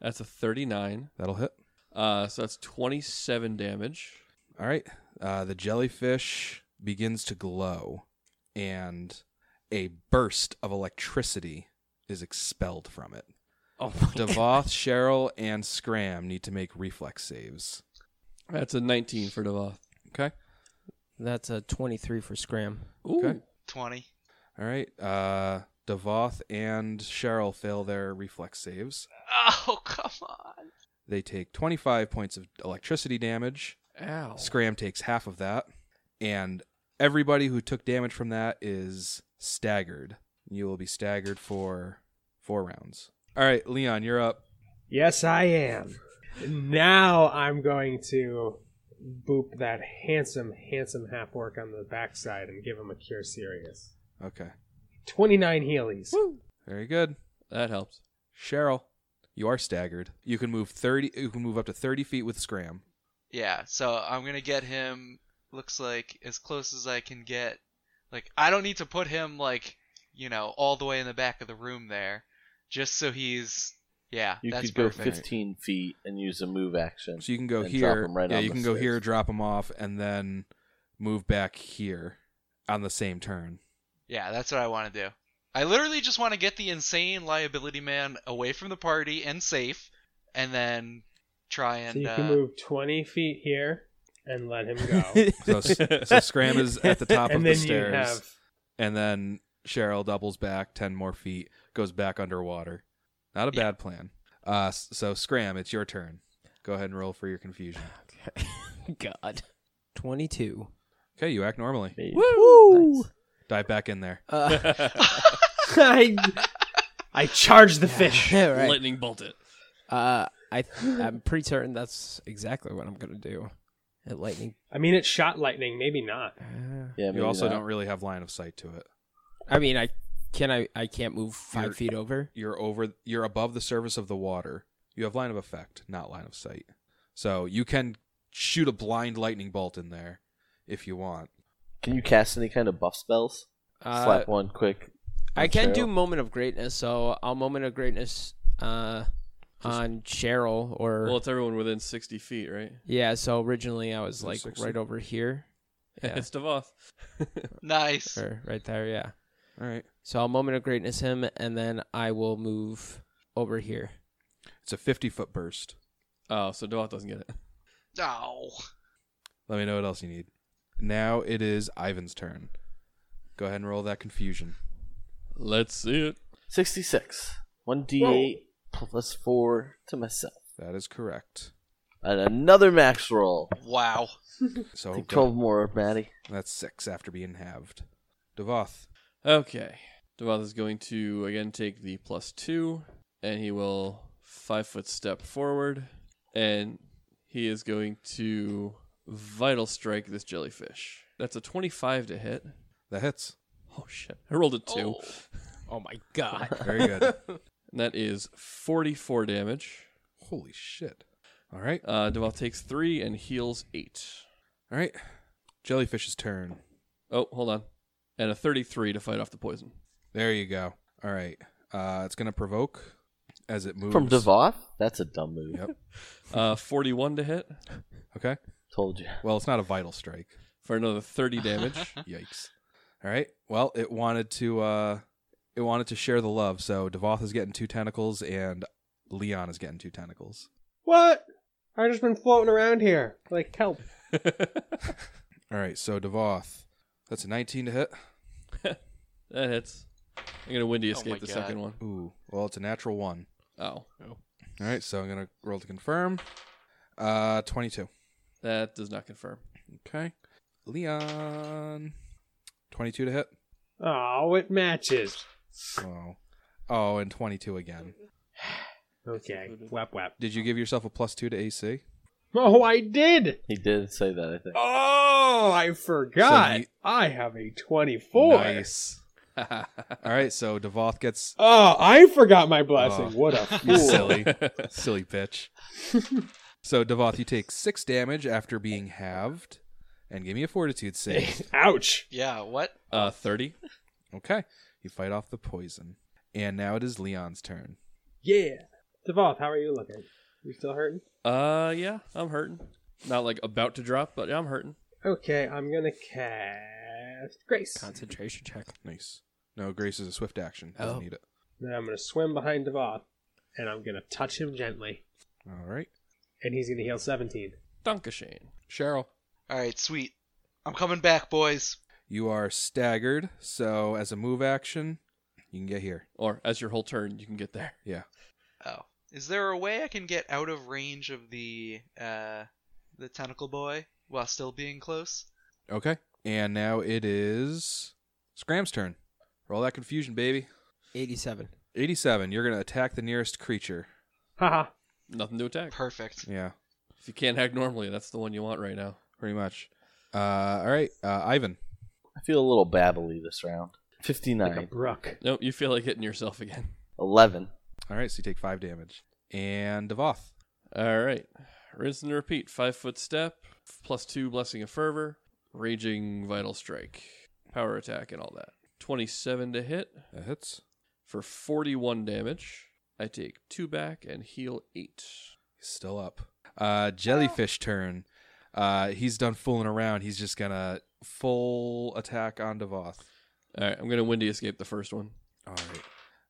Speaker 6: That's a 39.
Speaker 3: That'll hit.
Speaker 6: Uh, so that's 27 damage.
Speaker 3: All right. Uh, the jellyfish begins to glow, and a burst of electricity is expelled from it.
Speaker 4: Oh my
Speaker 3: Devoth, Cheryl, and Scram need to make reflex saves.
Speaker 6: That's a 19 for Devoth.
Speaker 3: Okay.
Speaker 4: That's a 23 for Scram.
Speaker 6: Ooh.
Speaker 3: Okay.
Speaker 5: 20.
Speaker 3: All right. Uh, Devoth and Cheryl fail their reflex saves.
Speaker 5: Oh, come on.
Speaker 3: They take 25 points of electricity damage.
Speaker 1: Oh.
Speaker 6: Ow.
Speaker 3: Scram takes half of that, and everybody who took damage from that is staggered. You will be staggered for four rounds. All right, Leon, you're up.
Speaker 2: Yes, I am. Now I'm going to boop that handsome, handsome half work on the backside and give him a cure serious.
Speaker 3: Okay,
Speaker 2: 29 Heelys.
Speaker 3: very good.
Speaker 6: That helps.
Speaker 3: Cheryl, you are staggered. You can move thirty. You can move up to thirty feet with Scram.
Speaker 5: Yeah, so I'm going to get him, looks like, as close as I can get. Like, I don't need to put him, like, you know, all the way in the back of the room there. Just so he's. Yeah,
Speaker 1: You
Speaker 5: that's
Speaker 1: could go
Speaker 5: perfect.
Speaker 1: 15 feet and use a move action.
Speaker 3: So you can go
Speaker 1: And drop
Speaker 3: here.
Speaker 1: 'em right
Speaker 3: yeah,
Speaker 1: on
Speaker 3: you
Speaker 1: the
Speaker 3: can go here,
Speaker 1: stairs.
Speaker 3: drop him off, and then move back here on the same turn.
Speaker 5: Yeah, that's what I want to do. I literally just want to get the insane liability man away from the party and safe, and then try and.
Speaker 2: so you
Speaker 5: uh,
Speaker 2: can move 20 feet here and let him
Speaker 4: Oh,
Speaker 2: go.
Speaker 3: So, so Scram is at the top of
Speaker 2: and
Speaker 3: the
Speaker 2: then you
Speaker 3: stairs.
Speaker 2: have.
Speaker 3: and then Cheryl doubles back ten more feet, goes back underwater. Not a
Speaker 5: Yeah.
Speaker 3: bad plan. Uh, s- so Scram, it's your turn. Go ahead and roll for your confusion.
Speaker 4: Okay. God. 22.
Speaker 3: Okay, you act normally.
Speaker 1: Maybe.
Speaker 4: Woo!
Speaker 3: Dive back in there.
Speaker 4: Uh,
Speaker 2: I, I charge the fish.
Speaker 4: yeah, right.
Speaker 6: Lightning bolt it.
Speaker 4: Uh, I th- I'm pretty certain that's exactly what I'm gonna do. At lightning.
Speaker 2: I mean, it shot lightning. Maybe not.
Speaker 4: Uh,
Speaker 1: Yeah, maybe
Speaker 3: you also
Speaker 1: not.
Speaker 3: don't really have line of sight to it.
Speaker 4: I mean, I can I I can't move 5
Speaker 3: You're-
Speaker 4: feet over.
Speaker 3: You're over. You're above the surface of the water. You have line of effect, not line of sight. So you can shoot a blind lightning bolt in there if you want.
Speaker 1: Can you cast any kind of buff spells?
Speaker 4: Uh,
Speaker 1: Slap one quick.
Speaker 4: I
Speaker 1: on
Speaker 4: can
Speaker 1: Cheryl.
Speaker 4: do moment of greatness, so I'll moment of greatness. Uh, on Cheryl or
Speaker 6: Well, it's everyone within 60 feet, right?
Speaker 4: yeah. So originally I was
Speaker 3: Or
Speaker 4: like
Speaker 3: 60.
Speaker 4: right over here, yeah,
Speaker 6: it's Devoth.
Speaker 5: Nice.
Speaker 4: or right there, yeah.
Speaker 3: All right.
Speaker 4: So I'll moment of greatness him, and then I will move over here.
Speaker 3: It's a 50 foot burst.
Speaker 6: Oh, so Devoth doesn't get it.
Speaker 5: Oh.
Speaker 3: Let me know what else you need. Now it is Ivan's turn. Go ahead and roll that confusion.
Speaker 6: Let's see it.
Speaker 1: 66. 1d8 plus 4 to myself.
Speaker 3: That is correct.
Speaker 1: And another max roll.
Speaker 5: Wow.
Speaker 3: So
Speaker 1: Take
Speaker 3: go-
Speaker 1: 12 more, Maddie.
Speaker 3: that's six after being halved. Devoth.
Speaker 6: Okay. Devoth is going to again take the plus two, and he will five foot step forward, and he is going to vital strike this jellyfish. That's a 25 to hit.
Speaker 3: That hits.
Speaker 6: Oh shit. I rolled a two.
Speaker 4: Oh my god!
Speaker 3: Very good.
Speaker 6: And that is 44 damage.
Speaker 3: Holy shit. All right.
Speaker 6: Uh, Devoth takes three and heals eight.
Speaker 3: All right. Jellyfish's turn.
Speaker 6: Oh, hold on. And a 33 to fight off the poison.
Speaker 3: There you go. All right. Uh, it's going to provoke as it moves.
Speaker 1: From Devoth? That's a dumb move.
Speaker 3: Yep.
Speaker 6: Uh, 41 to hit
Speaker 3: Okay.
Speaker 1: Told you.
Speaker 3: Well, it's not a vital strike.
Speaker 6: for another 30 damage.
Speaker 3: Yikes. All right. Well, it wanted to uh it wanted to share the love. So Devoth is getting two tentacles and Leon is getting two tentacles.
Speaker 2: What? I just been floating around here like kelp.
Speaker 3: All right. So Devoth, that's a 19 to hit.
Speaker 6: that hits. I'm going to windy
Speaker 5: Oh
Speaker 6: escape
Speaker 5: my
Speaker 6: the
Speaker 5: God.
Speaker 6: second one.
Speaker 3: Ooh. Well, it's a natural one.
Speaker 6: Oh.
Speaker 3: All right. So I'm going to roll to confirm. Uh 22.
Speaker 6: That does not confirm.
Speaker 3: Okay. Leon 22 to hit.
Speaker 2: Oh, it matches.
Speaker 3: Oh. Oh, and 22 again.
Speaker 2: Okay. Wap wap.
Speaker 3: Did you give yourself a plus 2 to AC?
Speaker 2: Oh, I did.
Speaker 1: He did say that, I think.
Speaker 2: Oh, I forgot.
Speaker 3: So you-
Speaker 2: I have a 24.
Speaker 3: Nice. All right, so Devoth gets
Speaker 2: Oh, I forgot my blessing.
Speaker 3: Oh.
Speaker 2: What a
Speaker 3: you
Speaker 2: fool.
Speaker 3: silly, silly bitch. So Devoth, you take six damage after being halved, and give me a Fortitude save.
Speaker 2: Ouch.
Speaker 5: Yeah, what?
Speaker 6: Uh, 30.
Speaker 3: Okay, you fight off the poison, and now it is Leon's turn.
Speaker 2: Yeah. Devoth, how are you looking? You still hurting?
Speaker 6: Uh, yeah, I'm hurting. Not like about to drop, but I'm hurting.
Speaker 2: Okay, I'm gonna cast Grace.
Speaker 4: Concentration check.
Speaker 3: Nice. No, Grace is a swift action. Doesn't
Speaker 4: Oh.
Speaker 3: need it.
Speaker 2: Then I'm gonna swim behind Devoth, and I'm gonna touch him gently,
Speaker 3: All right,
Speaker 2: and he's gonna heal 17.
Speaker 6: Dunkashane.
Speaker 3: Cheryl,
Speaker 5: All right, sweet. I'm coming back, boys.
Speaker 3: you are staggered. So as a move action, you can get here.
Speaker 6: Or as your whole turn, you can get there.
Speaker 3: Yeah.
Speaker 5: Oh. Is there a way I can get out of range of the uh the tentacle boy while still being close?
Speaker 3: Okay. And now it is Scram's turn. Roll that confusion, baby.
Speaker 4: Eighty-seven.
Speaker 3: 87. You're going to attack the nearest creature.
Speaker 2: Haha.
Speaker 6: Nothing to attack.
Speaker 5: Perfect.
Speaker 3: Yeah.
Speaker 6: If you can't hack normally, that's the one you want right now.
Speaker 3: pretty much. Uh, all right, uh, Ivan.
Speaker 1: I feel a little babbly this round.
Speaker 2: like a
Speaker 1: 59.
Speaker 2: brook.
Speaker 6: Nope, you feel like hitting yourself again.
Speaker 1: 11.
Speaker 3: All right, so you take five damage. And Devoth.
Speaker 6: All right. Rinse and repeat. Five foot step, plus two blessing of fervor, raging vital strike, power attack, and all that. 27 to hit
Speaker 3: That hits.
Speaker 6: for 41 damage. I take two back and heal eight.
Speaker 3: He's still up. Uh, jellyfish turn. Uh, he's done fooling around. He's just gonna full attack on Devoth.
Speaker 6: All right, I'm going to windy escape the first one.
Speaker 3: All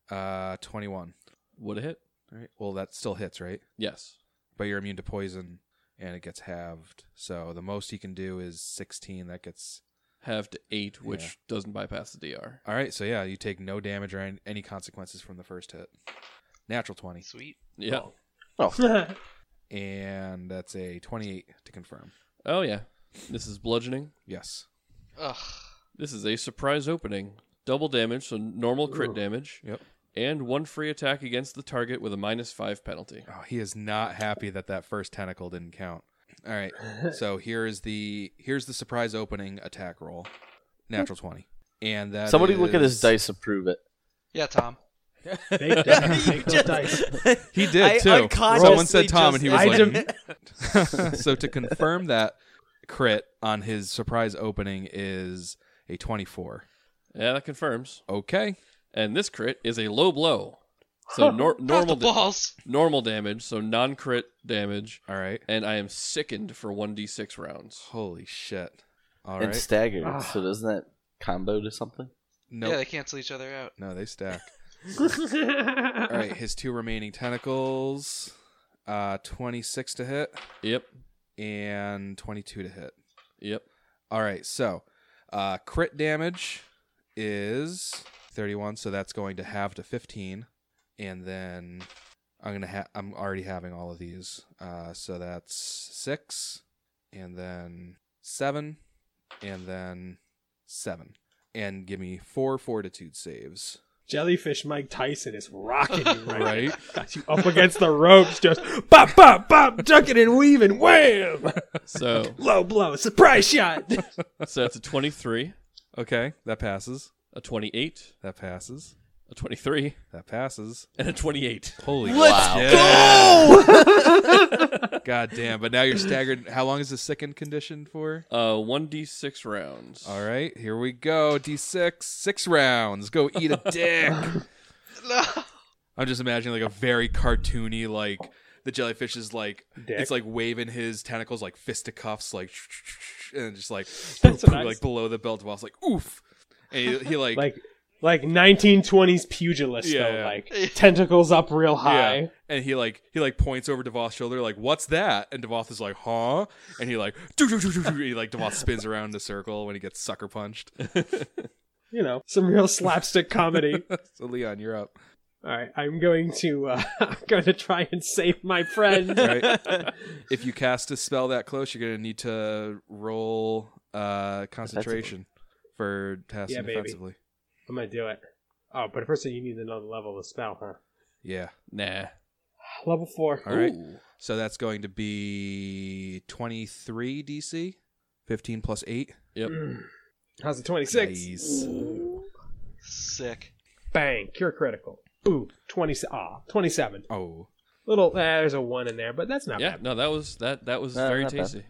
Speaker 3: right, uh, twenty-one.
Speaker 6: Would it hit?
Speaker 3: All right. Well, that still hits, right?
Speaker 6: Yes.
Speaker 3: But you're immune to poison, and it gets halved. So the most he can do is sixteen. That gets.
Speaker 6: Have to eight, which doesn't bypass the DR.
Speaker 3: All right. So yeah, you take no damage or an- any consequences from the first hit. Natural twenty.
Speaker 5: Sweet.
Speaker 6: Yeah. Oh,
Speaker 3: and that's a 28 to confirm.
Speaker 6: Oh, yeah. This is bludgeoning.
Speaker 3: Yes.
Speaker 5: Ugh.
Speaker 6: This is a surprise opening. Double damage, so normal crit
Speaker 2: Ooh.
Speaker 6: damage.
Speaker 3: Yep.
Speaker 6: And one free attack against the target with a minus five penalty.
Speaker 3: Oh, he is not happy that that first tentacle didn't count. All right. So here is the here's the surprise opening attack roll. Natural 20. And that
Speaker 1: Somebody look at his
Speaker 3: is-
Speaker 1: dice and prove it.
Speaker 5: Yeah, Tom.
Speaker 2: Big dice, big dice.
Speaker 3: He did too. Someone said Tom and he was
Speaker 2: I
Speaker 3: like
Speaker 2: dem-
Speaker 3: "Hmm." So to confirm that crit on his surprise opening is a 24.
Speaker 6: Yeah, that confirms.
Speaker 3: Okay.
Speaker 6: And this crit is a low blow. So nor-
Speaker 5: Not the
Speaker 6: normal da-
Speaker 5: balls.
Speaker 6: normal damage, so non crit damage,
Speaker 3: All right.
Speaker 6: and I am sickened for one d six rounds.
Speaker 3: Holy shit. All
Speaker 1: and
Speaker 3: right.
Speaker 1: staggered.
Speaker 2: Ah.
Speaker 1: So doesn't that combo to something?
Speaker 3: nope.
Speaker 5: Yeah, they cancel each other out.
Speaker 3: no, they stack.
Speaker 2: All
Speaker 3: All right, his two remaining tentacles, uh, 26 to hit
Speaker 6: Yep,
Speaker 3: and 22 to hit.
Speaker 6: yep.
Speaker 3: All right, so uh, crit damage is 31, so that's going to halve to 15, and then I'm gonna ha- I'm already having all of these, uh, so that's six, and then seven, and then seven, and give me four fortitude saves.
Speaker 2: Jellyfish Mike Tyson is rocking you right,
Speaker 3: Right.
Speaker 2: Got you up against the ropes, just bop, bop, bop, ducking and weaving, wham!
Speaker 6: So
Speaker 2: Low blow, surprise shot.
Speaker 6: so that's a twenty three,
Speaker 3: Okay, that passes.
Speaker 6: a twenty eight,
Speaker 3: That passes.
Speaker 6: a twenty three,
Speaker 3: That passes.
Speaker 6: and a twenty eight.
Speaker 3: Holy
Speaker 1: Wow.
Speaker 3: shit. God damn. But now you're staggered. How long is the sickened condition for?
Speaker 6: Uh, one d six rounds.
Speaker 3: All right, here we go. D6, six rounds. Go eat a dick.
Speaker 5: No.
Speaker 3: I'm just imagining like a very cartoony, like the jellyfish is like,
Speaker 2: Dick.
Speaker 3: it's like waving his tentacles like fisticuffs, like, and just like,
Speaker 2: That's
Speaker 3: boop, boop,
Speaker 2: nice.
Speaker 3: like below the belt while it's like, oof. And he, he like,
Speaker 2: like like 1920s pugilist
Speaker 3: Yeah,
Speaker 2: though,
Speaker 3: yeah.
Speaker 2: like tentacles up real high.
Speaker 3: and he like he like points over Devoth's shoulder like what's that and Devoth is like huh and he like "Doo, doo, doo, doo, doo," he like Devoth spins around in a circle when he gets sucker punched
Speaker 2: You know, some real slapstick comedy.
Speaker 3: so Leon you're up
Speaker 2: All right, I'm going to uh, I'm going to try and save my friend.
Speaker 3: right if you cast a spell that close you're gonna need to roll uh concentration for casting
Speaker 2: Yeah, baby.
Speaker 3: defensively
Speaker 2: I'm gonna do it. Oh, but first you need another level of spell, huh?
Speaker 3: yeah
Speaker 6: Nah.
Speaker 2: Level four.
Speaker 3: all right
Speaker 6: Ooh.
Speaker 3: so that's going to be 23 DC 15 plus 8
Speaker 6: Yep.
Speaker 2: Mm. How's it? 26.
Speaker 3: Nice.
Speaker 5: Sick.
Speaker 2: Bang! Cure critical. Ooh, 20. Ah, 27.
Speaker 3: oh
Speaker 2: Little. eh, there's a one in there, but that's not
Speaker 6: Yeah.
Speaker 2: bad.
Speaker 6: No, that was that. That was
Speaker 1: No,
Speaker 6: very
Speaker 1: not bad.
Speaker 6: tasty.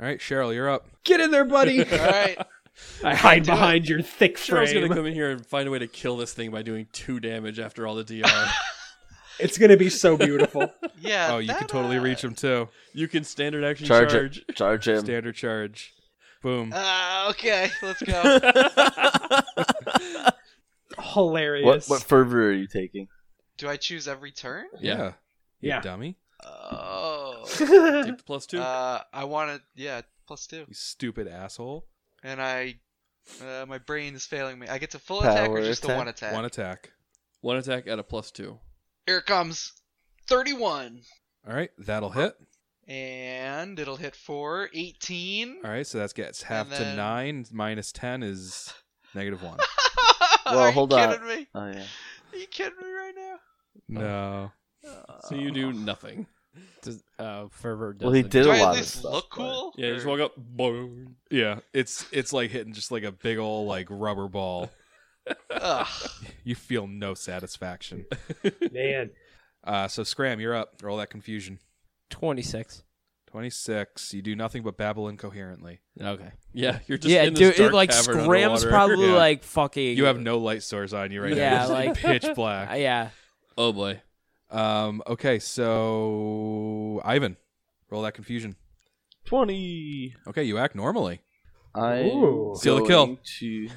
Speaker 3: all right Cheryl you're up
Speaker 2: Get in there, buddy.
Speaker 5: All right.
Speaker 2: I hide behind your thick
Speaker 6: Cheryl's
Speaker 2: frame.
Speaker 6: gonna come in here and find a way to kill this thing by doing two damage after all the DR.
Speaker 2: It's gonna be so beautiful.
Speaker 5: Yeah.
Speaker 3: oh you
Speaker 5: that,
Speaker 3: can totally
Speaker 5: uh,
Speaker 3: reach him too
Speaker 6: you can standard action
Speaker 1: Charge,
Speaker 6: charge.
Speaker 1: it. Charge him.
Speaker 3: Standard charge. Boom.
Speaker 5: Uh, okay, let's go.
Speaker 2: Hilarious.
Speaker 1: What what fervor are you taking?
Speaker 5: Do I choose every turn?
Speaker 6: Yeah.
Speaker 3: You
Speaker 2: Yeah.
Speaker 3: dummy.
Speaker 5: Oh.
Speaker 6: Take the plus two.
Speaker 5: Uh, I want to. Yeah, plus two.
Speaker 3: You stupid asshole.
Speaker 5: And I, uh, my brain is failing me. I get to full
Speaker 1: Power
Speaker 5: attack or just the
Speaker 1: attack?
Speaker 5: one attack.
Speaker 3: One attack.
Speaker 6: One attack at a plus two.
Speaker 5: Here it comes. Thirty-one,
Speaker 3: All right, that'll hit.
Speaker 5: and it'll hit for eighteen.
Speaker 3: All right, so that gets half
Speaker 5: And
Speaker 3: to
Speaker 5: then-
Speaker 3: nine. Minus ten is negative one.
Speaker 1: Well,
Speaker 5: Are
Speaker 1: hold
Speaker 5: you
Speaker 1: on.
Speaker 5: kidding me?
Speaker 1: Oh yeah.
Speaker 5: Are you kidding me right now?
Speaker 3: no.
Speaker 6: So you
Speaker 1: uh,
Speaker 6: do nothing.
Speaker 4: Does, uh, fervor
Speaker 1: Well, he
Speaker 4: doesn't-
Speaker 1: did
Speaker 5: Do
Speaker 1: a
Speaker 5: I
Speaker 1: lot
Speaker 5: at
Speaker 1: of
Speaker 5: least
Speaker 1: stuff,
Speaker 5: look
Speaker 1: but-
Speaker 5: cool?
Speaker 6: Yeah, you just
Speaker 5: Or-
Speaker 6: walk up. Boom.
Speaker 3: Yeah, it's it's like hitting just like a big old like rubber ball.
Speaker 5: Ugh.
Speaker 3: You feel no satisfaction.
Speaker 2: Man.
Speaker 3: Uh, so Scram, you're up. Roll that confusion.
Speaker 4: 26.
Speaker 3: Twenty six. You do nothing but babble incoherently.
Speaker 4: Okay.
Speaker 6: Yeah, you're just
Speaker 4: Yeah,
Speaker 6: in
Speaker 4: dude,
Speaker 6: this dark
Speaker 4: it like
Speaker 6: cavern
Speaker 4: scrams
Speaker 6: underwater.
Speaker 4: probably
Speaker 3: Yeah.
Speaker 4: like fucking.
Speaker 3: You have no light source on you right
Speaker 4: Yeah,
Speaker 3: now. You're
Speaker 4: like-
Speaker 3: just pitch
Speaker 4: Uh,
Speaker 3: black.
Speaker 4: yeah.
Speaker 6: Oh boy.
Speaker 3: Um. Okay, so Ivan, roll that confusion.
Speaker 1: 20.
Speaker 3: Okay, you act normally.
Speaker 1: I
Speaker 2: Ooh.
Speaker 3: Steal the kill.
Speaker 1: To...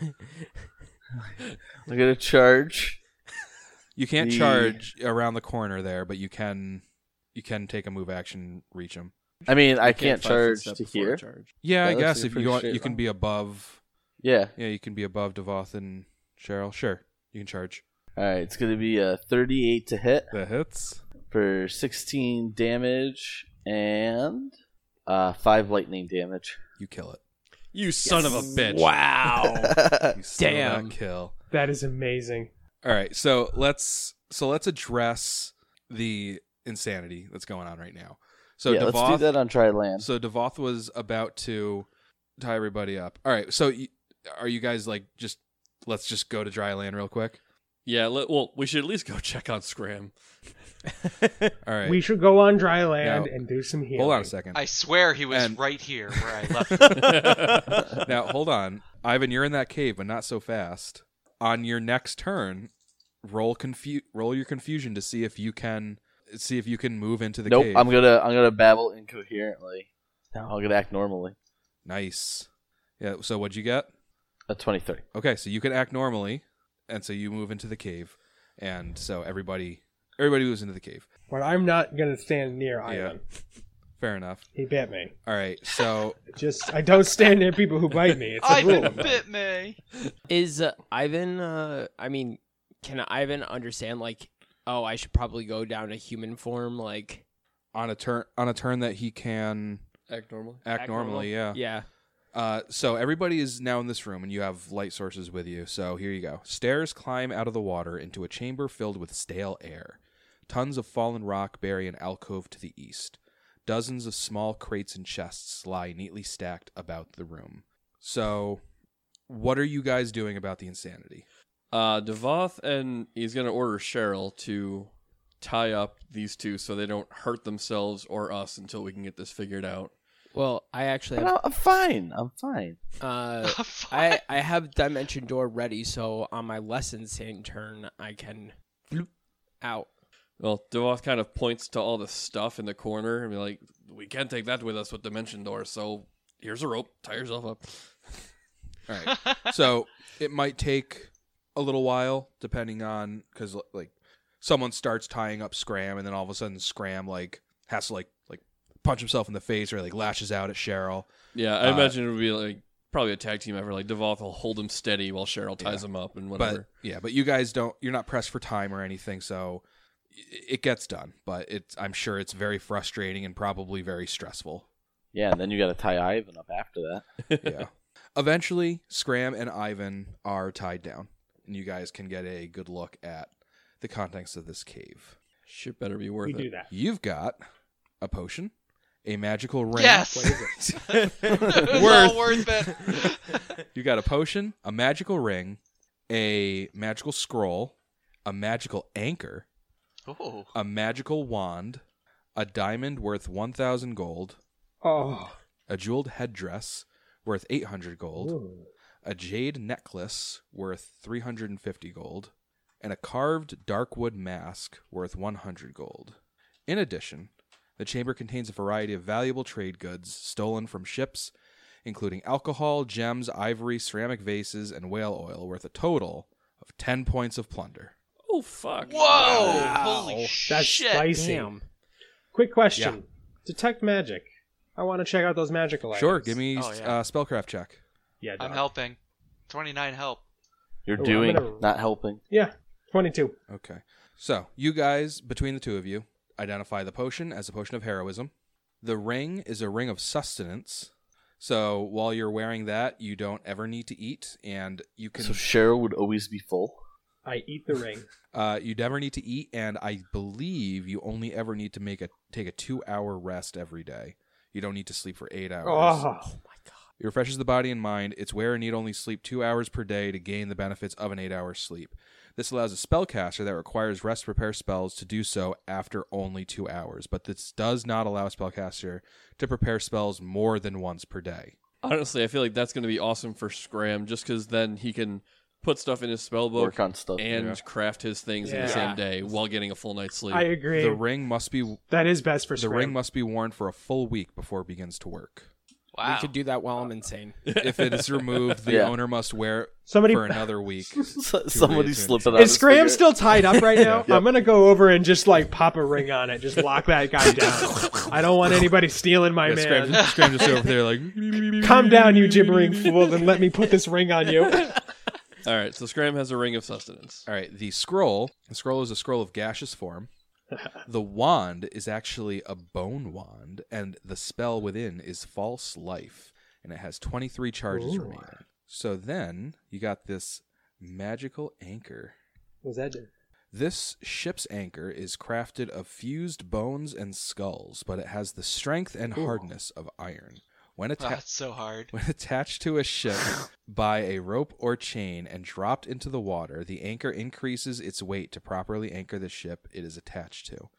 Speaker 1: I'm gonna charge.
Speaker 3: You can't
Speaker 1: The-
Speaker 3: charge around the corner there, but you can you can take a move action, reach him.
Speaker 1: I mean, I
Speaker 6: You
Speaker 1: can't
Speaker 6: five foot
Speaker 1: charge
Speaker 6: step
Speaker 1: to
Speaker 6: before
Speaker 1: here.
Speaker 6: Charge.
Speaker 3: Yeah,
Speaker 1: That
Speaker 3: I
Speaker 1: looks
Speaker 3: guess
Speaker 1: like a
Speaker 3: if
Speaker 1: pretty
Speaker 3: you want,
Speaker 1: straight
Speaker 3: you can
Speaker 1: line.
Speaker 3: be above.
Speaker 1: Yeah.
Speaker 3: Yeah, you can be above Devoth and Cheryl. Sure, you can charge.
Speaker 1: All right. It's gonna be a 38 to hit
Speaker 3: That hits.
Speaker 1: for 16 damage and uh, five lightning damage.
Speaker 3: You kill it.
Speaker 6: You son of a bitch.
Speaker 4: Wow.
Speaker 3: You seal
Speaker 4: Damn.
Speaker 3: that kill.
Speaker 2: That is amazing.
Speaker 3: All right, so let's so let's address the insanity that's going on right now. So
Speaker 1: yeah,
Speaker 3: Devoth,
Speaker 1: let's do that on Tri Land.
Speaker 3: So Devoth was about to tie everybody up. All right, so y- are you guys like just let's just go to dry land real quick?
Speaker 6: Yeah. Let, well, we should at least go check on Scram.
Speaker 3: All right.
Speaker 2: We should go on dry land
Speaker 3: Now-
Speaker 2: and do some healing.
Speaker 3: Hold on a second.
Speaker 5: I swear he was
Speaker 3: And-
Speaker 5: right here where I left. him.
Speaker 3: now, hold on. Ivan, you're in that cave, but not so fast. On your next turn, roll confu- roll your confusion to see if you can see if you can move into the
Speaker 1: nope,
Speaker 3: cave.
Speaker 1: I'm gonna I'm gonna babble incoherently. No, I'm gonna act normally.
Speaker 3: nice. Yeah. So what'd you get?
Speaker 1: A twenty thirty.
Speaker 3: Okay, so you can act normally, and so you move into the cave, and so everybody everybody moves into the cave.
Speaker 2: But I'm not gonna stand near Iron.
Speaker 3: Fair enough.
Speaker 2: He bit me.
Speaker 3: All right, so
Speaker 2: Just I don't stand near people who bite me. It's a
Speaker 5: Ivan
Speaker 2: rule.
Speaker 5: bit me.
Speaker 4: Is uh, Ivan? Uh, I mean, can Ivan understand? Like, oh, I should probably go down to human form. Like,
Speaker 3: on a turn on a turn that he can
Speaker 6: Act normally.
Speaker 3: act,
Speaker 4: Act normal.
Speaker 3: normally, yeah.
Speaker 4: yeah.
Speaker 3: Uh, so everybody is now in this room, and you have light sources with you. So here you go. Stairs climb out of the water into a chamber filled with stale air. Tons of fallen rock bury an alcove to the east. Dozens of small crates and chests lie neatly stacked about the room. So, what are you guys doing about the insanity?
Speaker 6: Uh, Devoth and he's gonna order Cheryl to tie up these two so they don't hurt themselves or us until we can get this figured out.
Speaker 4: Well, I actually have.
Speaker 1: But I'm fine. I'm fine.
Speaker 4: Uh,
Speaker 5: Fuck.
Speaker 4: I I have dimension door ready, so on my lesson sand turn, I can bloop out.
Speaker 6: Well, Devoth kind of points to all the stuff in the corner and be like, "We can't take that with us with Dimension Door, so here's a rope. Tie yourself up."
Speaker 3: All right. so it might take a little while, depending on because like someone starts tying up Scram, and then all of a sudden Scram like has to like like punch himself in the face or like lashes out at Cheryl.
Speaker 6: Yeah, I
Speaker 3: Uh,
Speaker 6: imagine it would be like probably a tag team effort. Like Devoth will hold him steady while Cheryl ties him up and
Speaker 3: But
Speaker 6: whatever.
Speaker 3: yeah, but you guys don't. You're not pressed for time or anything, so i- it gets done. But it's I'm sure it's very frustrating and probably very stressful.
Speaker 1: Yeah, and then you gotta tie Ivan up after that.
Speaker 3: yeah. Eventually, Scram and Ivan are tied down, and you guys can get a good look at the contents of this cave.
Speaker 6: Shit better be worth
Speaker 2: We
Speaker 6: it.
Speaker 2: do that.
Speaker 3: You've got a potion, a magical ring.
Speaker 5: Yes. it was all worth it.
Speaker 3: you got a potion, a magical ring, a magical scroll, a magical anchor,
Speaker 5: Oh,
Speaker 3: a magical wand, a diamond worth 1,000 gold,
Speaker 2: Oh,
Speaker 3: a jeweled headdress worth 800 gold,
Speaker 2: Ooh.
Speaker 3: a jade necklace worth 350 gold, and a carved darkwood mask worth 100 gold. In addition, the chamber contains a variety of valuable trade goods stolen from ships, including alcohol, gems, ivory, ceramic vases, and whale oil worth a total of 10 points of plunder.
Speaker 6: Oh fuck!
Speaker 5: whoa! Holy
Speaker 2: that's
Speaker 5: shit!
Speaker 2: spicy.
Speaker 4: Damn.
Speaker 2: Quick question: Detect magic. I want to check out those magical items.
Speaker 3: Sure, give me
Speaker 5: Oh, yeah.
Speaker 3: uh, spellcraft check.
Speaker 2: Yeah,
Speaker 5: I'm
Speaker 2: dog.
Speaker 5: helping. Twenty nine help.
Speaker 1: You're
Speaker 2: Oh, I'm
Speaker 1: doing
Speaker 2: gonna-
Speaker 1: not helping.
Speaker 2: Yeah, twenty-two.
Speaker 3: Okay. So, you guys, between the two of you, identify the potion as a potion of heroism. The ring is a ring of sustenance. So, while you're wearing that, you don't ever need to eat, and you can.
Speaker 1: So Cheryl would always be full.
Speaker 2: I eat the ring.
Speaker 3: Uh, you never need to eat, and I believe you only ever need to make a take a two hour rest every day. You don't need to sleep for eight hours.
Speaker 2: Oh,
Speaker 3: It refreshes the body and mind. It's where and need only sleep two hours per day to gain the benefits of an eight hour sleep. This allows a spellcaster that requires rest to prepare spells to do so after only two hours, but this does not allow a spellcaster to prepare spells more than once per day.
Speaker 6: Honestly, I feel like that's gonna be awesome for Scram, just because then he can put stuff in his spell book
Speaker 1: Work on stuff.
Speaker 6: and craft his things in
Speaker 2: Yeah.
Speaker 6: the same day while getting a full night's sleep.
Speaker 2: I agree.
Speaker 3: The ring must be
Speaker 2: that is best for
Speaker 3: the
Speaker 2: Scram.
Speaker 3: ring must be worn for a full week before it begins to work.
Speaker 5: Wow.
Speaker 4: We could do that while I'm insane.
Speaker 3: if it is removed, the
Speaker 1: Yeah.
Speaker 3: owner must wear it
Speaker 2: Somebody
Speaker 3: for another week.
Speaker 1: S- Somebody
Speaker 3: reasons.
Speaker 1: slipping on
Speaker 2: Is Scram still tied up right now?
Speaker 1: Yeah.
Speaker 2: I'm gonna go over and just like pop a ring on it, just lock that guy down. I don't want anybody stealing my
Speaker 3: Yeah, Scram,
Speaker 2: man.
Speaker 3: Scram just over there like
Speaker 2: Calm down, you gibbering fool, and let me put this ring on you.
Speaker 6: All right, so Scram has a ring of sustenance.
Speaker 3: All right, the scroll. The scroll is a scroll of gaseous form. the wand is actually a bone wand, and the spell within is false life, and it has 23 charges
Speaker 2: Ooh.
Speaker 3: remaining. So then you got this magical anchor.
Speaker 2: Was that
Speaker 3: This ship's anchor is crafted of fused bones and skulls, but it has the strength and hardness of iron. When
Speaker 5: Wow,
Speaker 3: attached,
Speaker 5: that's so hard.
Speaker 3: When attached to a ship by a rope or chain and dropped into the water, the anchor increases its weight to properly anchor the ship it is attached to.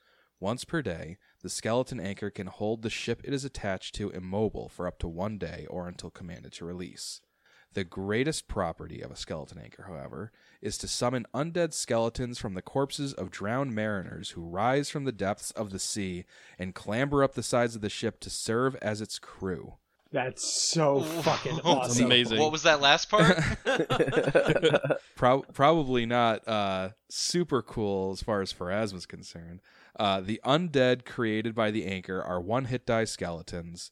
Speaker 3: Once per day, the skeleton anchor can hold the ship it is attached to immobile for up to one day or until commanded to release. The greatest property of a skeleton anchor, however, is to summon undead skeletons from the corpses of drowned mariners who rise from the depths of the sea and clamber up the sides of the ship to serve as its crew.
Speaker 2: That's so fucking
Speaker 5: Whoa.
Speaker 2: awesome.
Speaker 6: amazing.
Speaker 5: What was that last part?
Speaker 3: Pro- probably not uh, super cool as far as Faraz was concerned. Uh, the undead created by the anchor are one hit die skeletons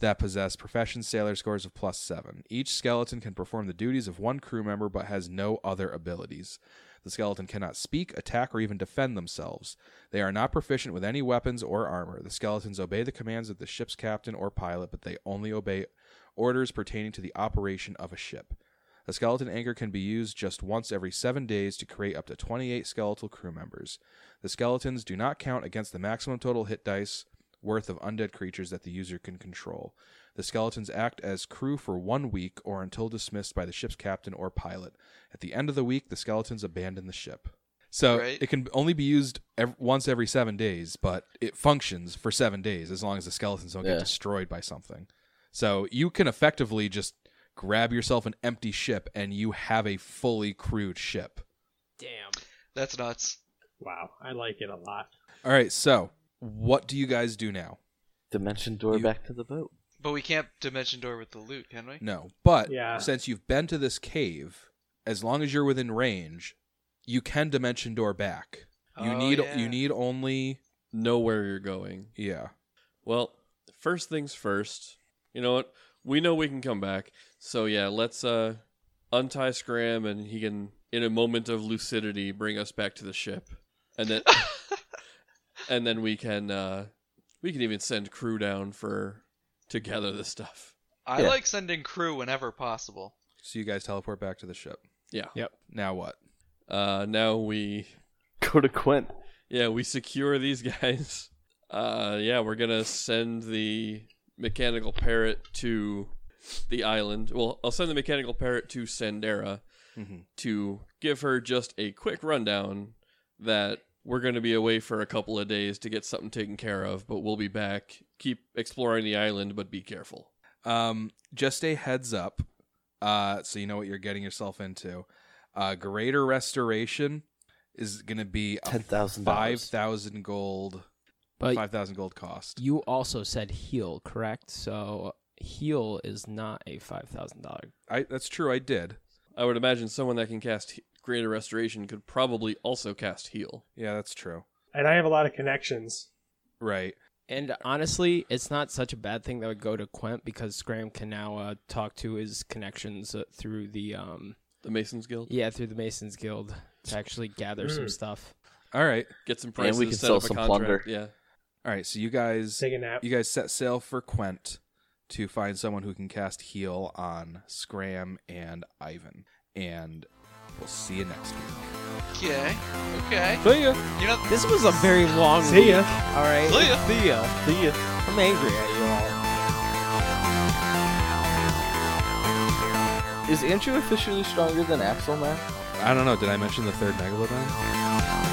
Speaker 3: that possess profession sailor scores of plus seven. Each skeleton can perform the duties of one crew member but has no other abilities. The skeleton cannot speak, attack, or even defend themselves. They are not proficient with any weapons or armor. The skeletons obey the commands of the ship's captain or pilot, but they only obey orders pertaining to the operation of a ship. A skeleton anchor can be used just once every seven days to create up to 28 skeletal crew members. The skeletons do not count against the maximum total hit dice worth of undead creatures that the user can control. The skeletons act as crew for one week or until dismissed by the ship's captain or pilot. At the end of the week, the skeletons abandon the ship. So
Speaker 5: Right.
Speaker 3: it can only be used ev- once every seven days, but it functions for seven days as long as the skeletons don't
Speaker 1: Yeah.
Speaker 3: get destroyed by something. So you can effectively just grab yourself an empty ship and you have a fully crewed ship.
Speaker 4: Damn.
Speaker 5: That's nuts.
Speaker 2: Wow, I like it a lot.
Speaker 3: All right, so what do you guys do now?
Speaker 1: Dimension door
Speaker 3: You-
Speaker 1: back to the boat.
Speaker 5: But we can't dimension door with the loot, can we?
Speaker 3: No, but
Speaker 2: Yeah.
Speaker 3: since you've been to this cave, as long as you're within range, you can dimension door back. You
Speaker 5: Oh,
Speaker 3: need
Speaker 5: yeah.
Speaker 3: you need only
Speaker 6: Know where you're going.
Speaker 3: yeah.
Speaker 6: Well, first things first. You know what? We know we can come back. So yeah, let's uh untie Scram and he can in a moment of lucidity bring us back to the ship. And then and then we can uh we can even send crew down for to gather the stuff.
Speaker 5: I
Speaker 1: Yeah.
Speaker 5: like sending crew whenever possible.
Speaker 3: So you guys teleport back to the ship.
Speaker 6: Yeah.
Speaker 3: Now what?
Speaker 6: Uh now we
Speaker 1: Go to Quint.
Speaker 6: yeah, we secure these guys. Uh yeah, we're going to send the mechanical parrot to the island. Well, I'll send the mechanical parrot to Sandera.
Speaker 3: Mm-hmm.
Speaker 6: to give her just a quick rundown that we're going to be away for a couple of days to get something taken care of, but we'll be back. Keep exploring the island, but be careful.
Speaker 3: Um, just a heads up, uh, so you know what you're getting yourself into. Uh, greater restoration is gonna be a
Speaker 1: Ten thousand
Speaker 3: five
Speaker 1: dollars.
Speaker 3: thousand gold,
Speaker 4: But
Speaker 3: five thousand gold cost.
Speaker 4: you also said heal, correct? So heal is not a five thousand dollar.
Speaker 3: I that's true. I did.
Speaker 6: I would imagine someone that can cast he- Greater Restoration could probably also cast Heal.
Speaker 3: Yeah, that's true.
Speaker 2: And I have a lot of connections.
Speaker 3: Right.
Speaker 4: And honestly, it's not such a bad thing that would go to Quent because Scram can now uh, talk to his connections uh, through the um
Speaker 6: The Masons Guild.
Speaker 4: yeah through the Masons Guild to actually gather some
Speaker 2: Mm.
Speaker 4: stuff.
Speaker 3: All right.
Speaker 6: Get some
Speaker 1: And
Speaker 6: prices.
Speaker 1: we can
Speaker 6: set
Speaker 1: sell
Speaker 6: up a
Speaker 1: some
Speaker 6: contract.
Speaker 1: plunder.
Speaker 6: Yeah.
Speaker 3: All right. So you guys,
Speaker 2: Take a nap.
Speaker 3: you guys set sail for Quent to find someone who can cast heal on Scram and Ivan, and we'll see you next week.
Speaker 5: Okay. Okay.
Speaker 3: See ya.
Speaker 5: You know,
Speaker 4: This was a very long.
Speaker 2: See ya.
Speaker 4: All right.
Speaker 5: See ya.
Speaker 4: See ya. See ya. I'm angry at you all.
Speaker 1: Is Andrew officially stronger than Axel now?
Speaker 3: I don't know. Did I mention the third megalodon?